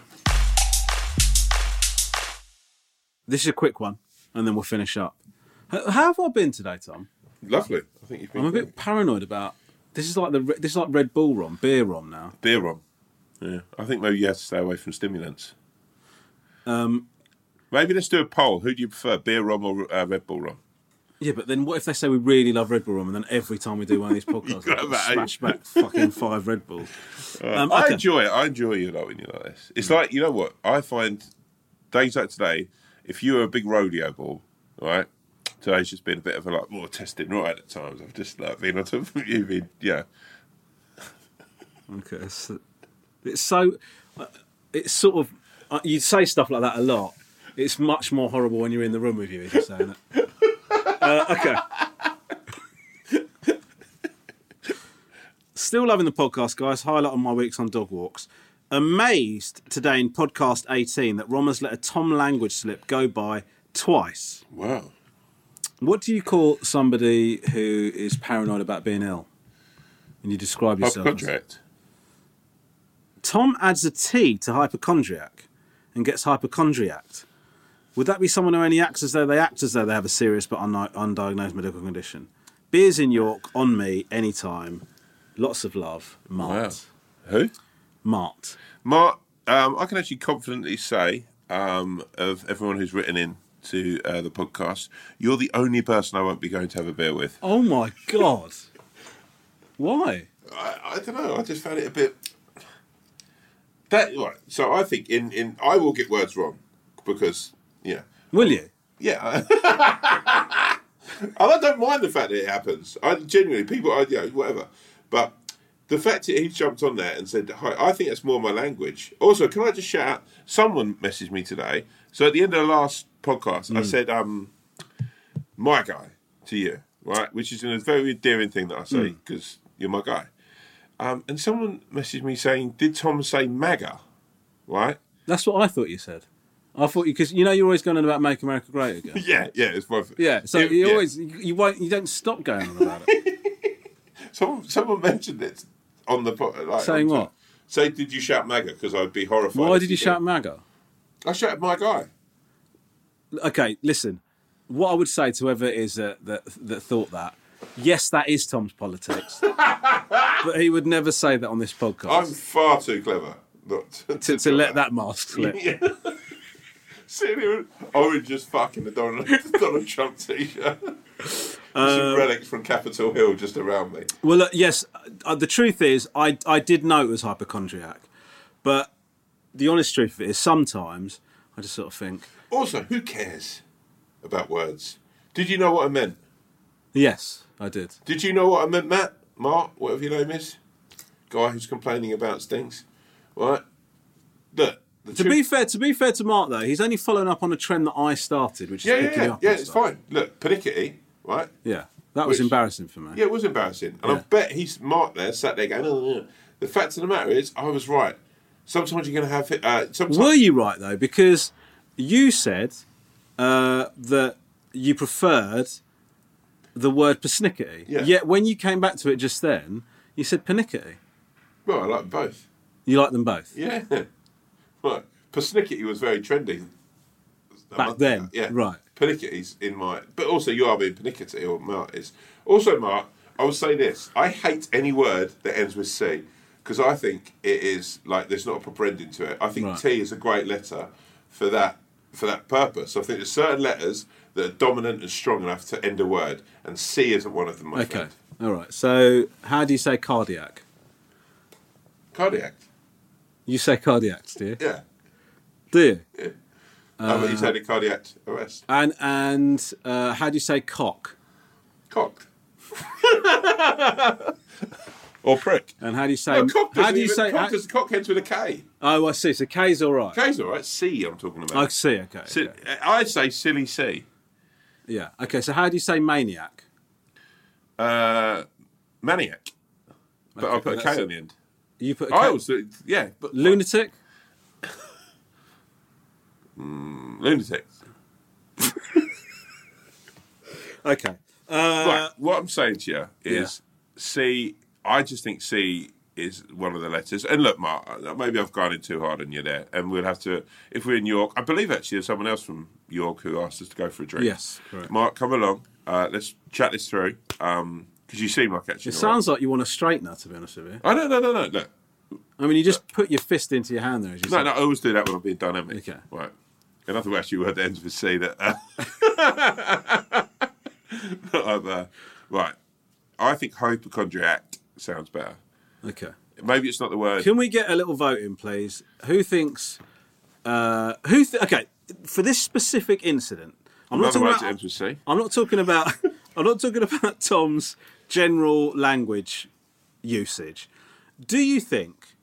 Speaker 2: This is a quick one, and then we'll finish up. H- How have I been today, Tom?
Speaker 3: Lovely. I think you've been
Speaker 2: I'm a bit paranoid about. This is like the re- this is like Red Bull rom, beer rom now.
Speaker 3: beer on. Yeah, I think maybe you have to stay away from stimulants. Um, maybe let's do a poll. Who do you prefer, beer rum or uh, Red Bull rum?
Speaker 2: Yeah, but then what if they say we really love Red Bull rom, and then every time we do one of these podcasts,
Speaker 3: got
Speaker 2: like,
Speaker 3: that,
Speaker 2: smash
Speaker 3: eh?
Speaker 2: back fucking five Red Bulls. Um,
Speaker 3: I
Speaker 2: okay. Mm.
Speaker 3: enjoy it. I enjoy you lot when you like this. It's like you know what I find days like today. If you were a big rodeo ball, right? Today's just been a bit of a like more testing right at times. I've just like been on top of [LAUGHS] you, been yeah.
Speaker 2: Okay, it's, it's so uh, it's sort of uh, you say stuff like that a lot. It's much more horrible when you're in the room with you. If you're saying it. Uh, okay. Still loving the podcast, guys. Highlight on my weeks on dog walks. Amazed today in podcast 18 that Rom has let a Tom language slip go by twice.
Speaker 3: Wow.
Speaker 2: What do you call somebody who is paranoid about being ill? And you describe
Speaker 3: Pub
Speaker 2: yourself. as-
Speaker 3: contract.
Speaker 2: Tom adds a T to hypochondriac and gets hypochondriac. Would that be someone who only acts as though they act as though they have a serious but unli- undiagnosed medical condition? Beers in York on me anytime. Lots of love,
Speaker 3: Wow.
Speaker 2: Mart.
Speaker 3: Who?
Speaker 2: Mart.
Speaker 3: Mark, um, I can actually confidently say um, of everyone who's written in to uh, the podcast, you're the only person I won't be going to have a beer with.
Speaker 2: Oh my god! Why?
Speaker 3: I, I don't know. I just found it a bit. That right. So I think in in I will get words wrong because yeah
Speaker 2: Will you?
Speaker 3: yeah. [LAUGHS] and I don't mind the fact that it happens. I genuinely people I you know, whatever, but. The fact that he jumped on there and said, "Hi," I think that's more my language. Also, can I just shout out? Someone messaged me today. So at the end of the last podcast,
Speaker 2: Hmm.
Speaker 3: I said, um, "My guy" to you, right? Which is a very endearing thing that I say
Speaker 2: Hmm.
Speaker 3: because you're my guy. Um, and someone messaged me saying, "Did Tom say MAGA?" Right?
Speaker 2: That's what I thought you said. I thought you because you know you're always going on about make America great again.
Speaker 3: Yeah, yeah, it's my
Speaker 2: [LAUGHS] Yeah, so
Speaker 3: Yeah,
Speaker 2: you
Speaker 3: yeah.
Speaker 2: always you, you won't you don't stop going on about [LAUGHS] it.
Speaker 3: Someone, someone mentioned it on the po- like,
Speaker 2: Saying
Speaker 3: on-
Speaker 2: what?
Speaker 3: Say, did you shout MAGA? Because I'd be horrified.
Speaker 2: Why
Speaker 3: if
Speaker 2: did you shout MAGA?
Speaker 3: I shouted my guy.
Speaker 2: okay, listen. What I would say to whoever it is that that, that thought that, yes, that is Tom's
Speaker 3: [LAUGHS]
Speaker 2: politics, but he would never say that on this
Speaker 3: I'm
Speaker 2: podcast
Speaker 3: far too clever not to, [LAUGHS]
Speaker 2: to, to let that mask slip.
Speaker 3: Yeah. Sitting here, in orange as fuck in the Donald, [LAUGHS] Donald Trump t-shirt. [LAUGHS]
Speaker 2: Um,
Speaker 3: Some relics from Capitol Hill just around me.
Speaker 2: Well, look, yes, uh, the truth is, I I did know it was hypochondriac, but the honest truth of it is, sometimes I just sort of think,
Speaker 3: Also, who cares about words? Did you know what I meant?
Speaker 2: yes, I did.
Speaker 3: Did you know what I meant, Matt? Mark, whatever your name is? Guy who's complaining about stings. Right? Look. The
Speaker 2: To
Speaker 3: truth-
Speaker 2: be fair, to be fair to Mark though, he's only following up on a trend that I started, which is
Speaker 3: Yeah, yeah,
Speaker 2: picking
Speaker 3: yeah.
Speaker 2: up.
Speaker 3: yeah
Speaker 2: and
Speaker 3: it's
Speaker 2: stuff.
Speaker 3: fine. Look, Pernickety, right?
Speaker 2: Yeah, that was
Speaker 3: Which-
Speaker 2: embarrassing for me.
Speaker 3: Yeah, it was embarrassing. And I
Speaker 2: Yeah.
Speaker 3: bet he's Mark there sat there going, "Ugh." the fact of the matter is, I was right. Sometimes you're going to have it. Uh, sometimes,
Speaker 2: Were you right though? Because you said uh, that you preferred the word persnickety.
Speaker 3: Yeah.
Speaker 2: Yet when you came back to it just then, you said pernickety.
Speaker 3: well, I like both.
Speaker 2: You like them both.
Speaker 3: Yeah. [LAUGHS] Right. Persnickety was very trendy. a
Speaker 2: Back
Speaker 3: month
Speaker 2: then,
Speaker 3: ago. Yeah.
Speaker 2: right.
Speaker 3: Pernickety's in my. But also, you are being pernickety, or Mark is. Also, Mark, I would say this I hate any word that ends with C because I think it is like there's not a proper ending to it. I think
Speaker 2: Right.
Speaker 3: T is a great letter for that for that purpose. I think there's certain letters that are dominant and strong enough to end a word, and C isn't one of them, my
Speaker 2: Okay.
Speaker 3: friend.
Speaker 2: All right. So how do you say cardiac?
Speaker 3: Cardiac.
Speaker 2: You say cardiac, do you?
Speaker 3: Yeah.
Speaker 2: Do you?
Speaker 3: I
Speaker 2: Uh,
Speaker 3: bet you said a cardiac arrest.
Speaker 2: And and uh, how do you say cock?
Speaker 3: Cocked. or prick.
Speaker 2: And how do you say?
Speaker 3: No, cock doesn't
Speaker 2: Um, how do you
Speaker 3: even-
Speaker 2: say?
Speaker 3: cock
Speaker 2: how-
Speaker 3: is- cock ends with a K.
Speaker 2: oh, I see. So K's all right.
Speaker 3: K's all right. C, I'm talking about.
Speaker 2: I see. Okay.
Speaker 3: Si-
Speaker 2: okay.
Speaker 3: I say silly C.
Speaker 2: Yeah. Okay. So how do you say maniac?
Speaker 3: Uh, maniac. But
Speaker 2: Okay,
Speaker 3: I put a
Speaker 2: that's
Speaker 3: K
Speaker 2: it.
Speaker 3: on the end.
Speaker 2: You put a
Speaker 3: I
Speaker 2: K-
Speaker 3: always, do- yeah, but
Speaker 2: lunatic.
Speaker 3: lunatic.
Speaker 2: Okay.
Speaker 3: right, Uh, what I'm saying to you is C. I just think C is one of the letters. And look, Mark, uh, maybe I've gone in too hard on you there. And we'll have to, if we're in York, I believe actually there's someone else from York who asked us to go for a drink.
Speaker 2: Yes, correct.
Speaker 3: Mark, come along. Uh, let's chat this through. Because you seem like actually.
Speaker 2: It sounds like you want a straightener, to be honest with you.
Speaker 3: I don't know, no, no, look.
Speaker 2: I mean, you just put your fist into your hand there. As you
Speaker 3: No,
Speaker 2: said.
Speaker 3: no, I always do that when I'm being dynamic.
Speaker 2: Okay.
Speaker 3: Right. Another actually word that ends with C that. Uh, that [LAUGHS] I've, uh, right. I think hypochondriac sounds better.
Speaker 2: Okay.
Speaker 3: Maybe it's not the word.
Speaker 2: Can we get a little vote in, please? Who thinks? Uh, who? Th- okay. For this specific incident, I'm not
Speaker 3: Another
Speaker 2: talking
Speaker 3: word that
Speaker 2: about.
Speaker 3: ends with C.
Speaker 2: I'm not talking about. [LAUGHS] I'm not talking about Tom's general language usage. Do you think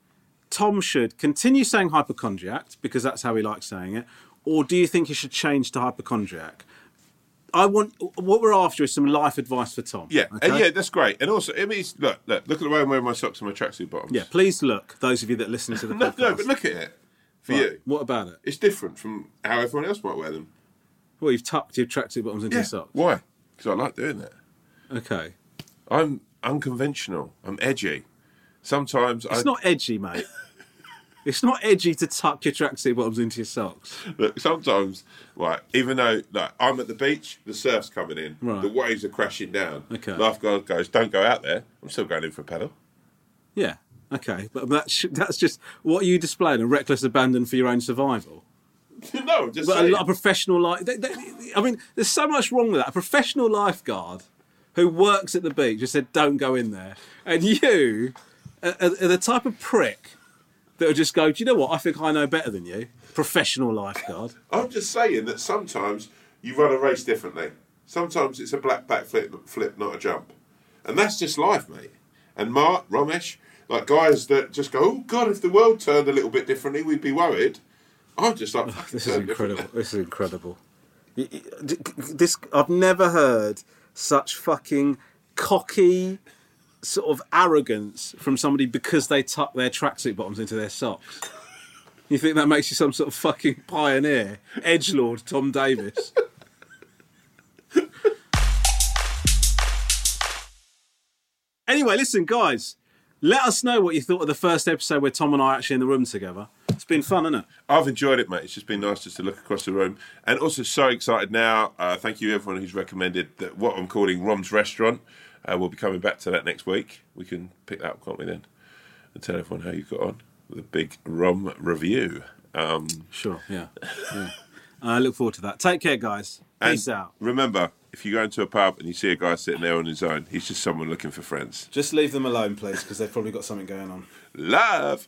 Speaker 2: Tom should continue saying hypochondriac because that's how he likes saying it, or do you think he should change to hypochondriac? I want what we're after is some life advice for Tom.
Speaker 3: Yeah, and
Speaker 2: okay?
Speaker 3: yeah, that's great. And also, it means look, look, look at the way I'm wearing my socks and my tracksuit bottoms.
Speaker 2: Yeah, please look, those of you that listen to the
Speaker 3: [LAUGHS] No,
Speaker 2: podcast.
Speaker 3: no, but look at it for you.
Speaker 2: What about it?
Speaker 3: It's different from how everyone else might wear them.
Speaker 2: Well, you've tucked your tracksuit bottoms into your socks.
Speaker 3: Why? Because I like doing that.
Speaker 2: Okay.
Speaker 3: I'm unconventional. I'm edgy. Sometimes I
Speaker 2: It's not edgy, mate. it's not edgy to tuck your tracksuit bottoms into your socks.
Speaker 3: Look, sometimes, right, even though like I'm at the beach, the surf's coming in,
Speaker 2: Right.
Speaker 3: the waves are crashing down.
Speaker 2: Okay.
Speaker 3: Lifeguard goes, don't go out there. I'm still going in for a paddle. [LAUGHS]
Speaker 2: Yeah. Okay. But that's, that's just what you displayed a reckless abandon for your own survival.
Speaker 3: no, I'm just
Speaker 2: But a
Speaker 3: saying.
Speaker 2: lot of professional life. They, they, I mean, there's so much wrong with that. A professional lifeguard who works at the beach just said, "Don't go in there," and you are, are the type of prick that would just go, "Do you know what? I think I know better than you." Professional lifeguard.
Speaker 3: I'm just saying that sometimes you run a race differently. Sometimes it's a black back flip, flip, not a jump, and that's just life, mate. And Mark Ramesh, like guys that just go, oh god, if the world turned a little bit differently, we'd be worried. I'm just like, "Fucking
Speaker 2: [LAUGHS] This is
Speaker 3: turn differently."
Speaker 2: incredible. This is incredible. Y- y- d- d- This I've never heard such fucking cocky sort of arrogance from somebody because they tuck their tracksuit bottoms into their socks. You think that makes you some sort of fucking pioneer, edge lord Tom Davis? anyway, listen, guys, let us know what you thought of the first episode where Tom and I are actually in the room together. It's been fun, isn't it?
Speaker 3: I've enjoyed it, mate. It's just been nice just to look across the room, and also so excited now. Uh, thank you everyone who's recommended that what I'm calling Rom's Restaurant. Uh, we'll be coming back to that next week. We can pick that up, can't we? Then and tell everyone how you got on with a big Rom review. Um,
Speaker 2: Sure. Yeah. [LAUGHS] yeah. I look forward to that. Take care, guys.
Speaker 3: and
Speaker 2: Peace out.
Speaker 3: Remember, if you go into a pub and you see a guy sitting there on his own, he's just someone looking for friends.
Speaker 2: Just leave them alone, please, because they've probably got something going on.
Speaker 3: Love.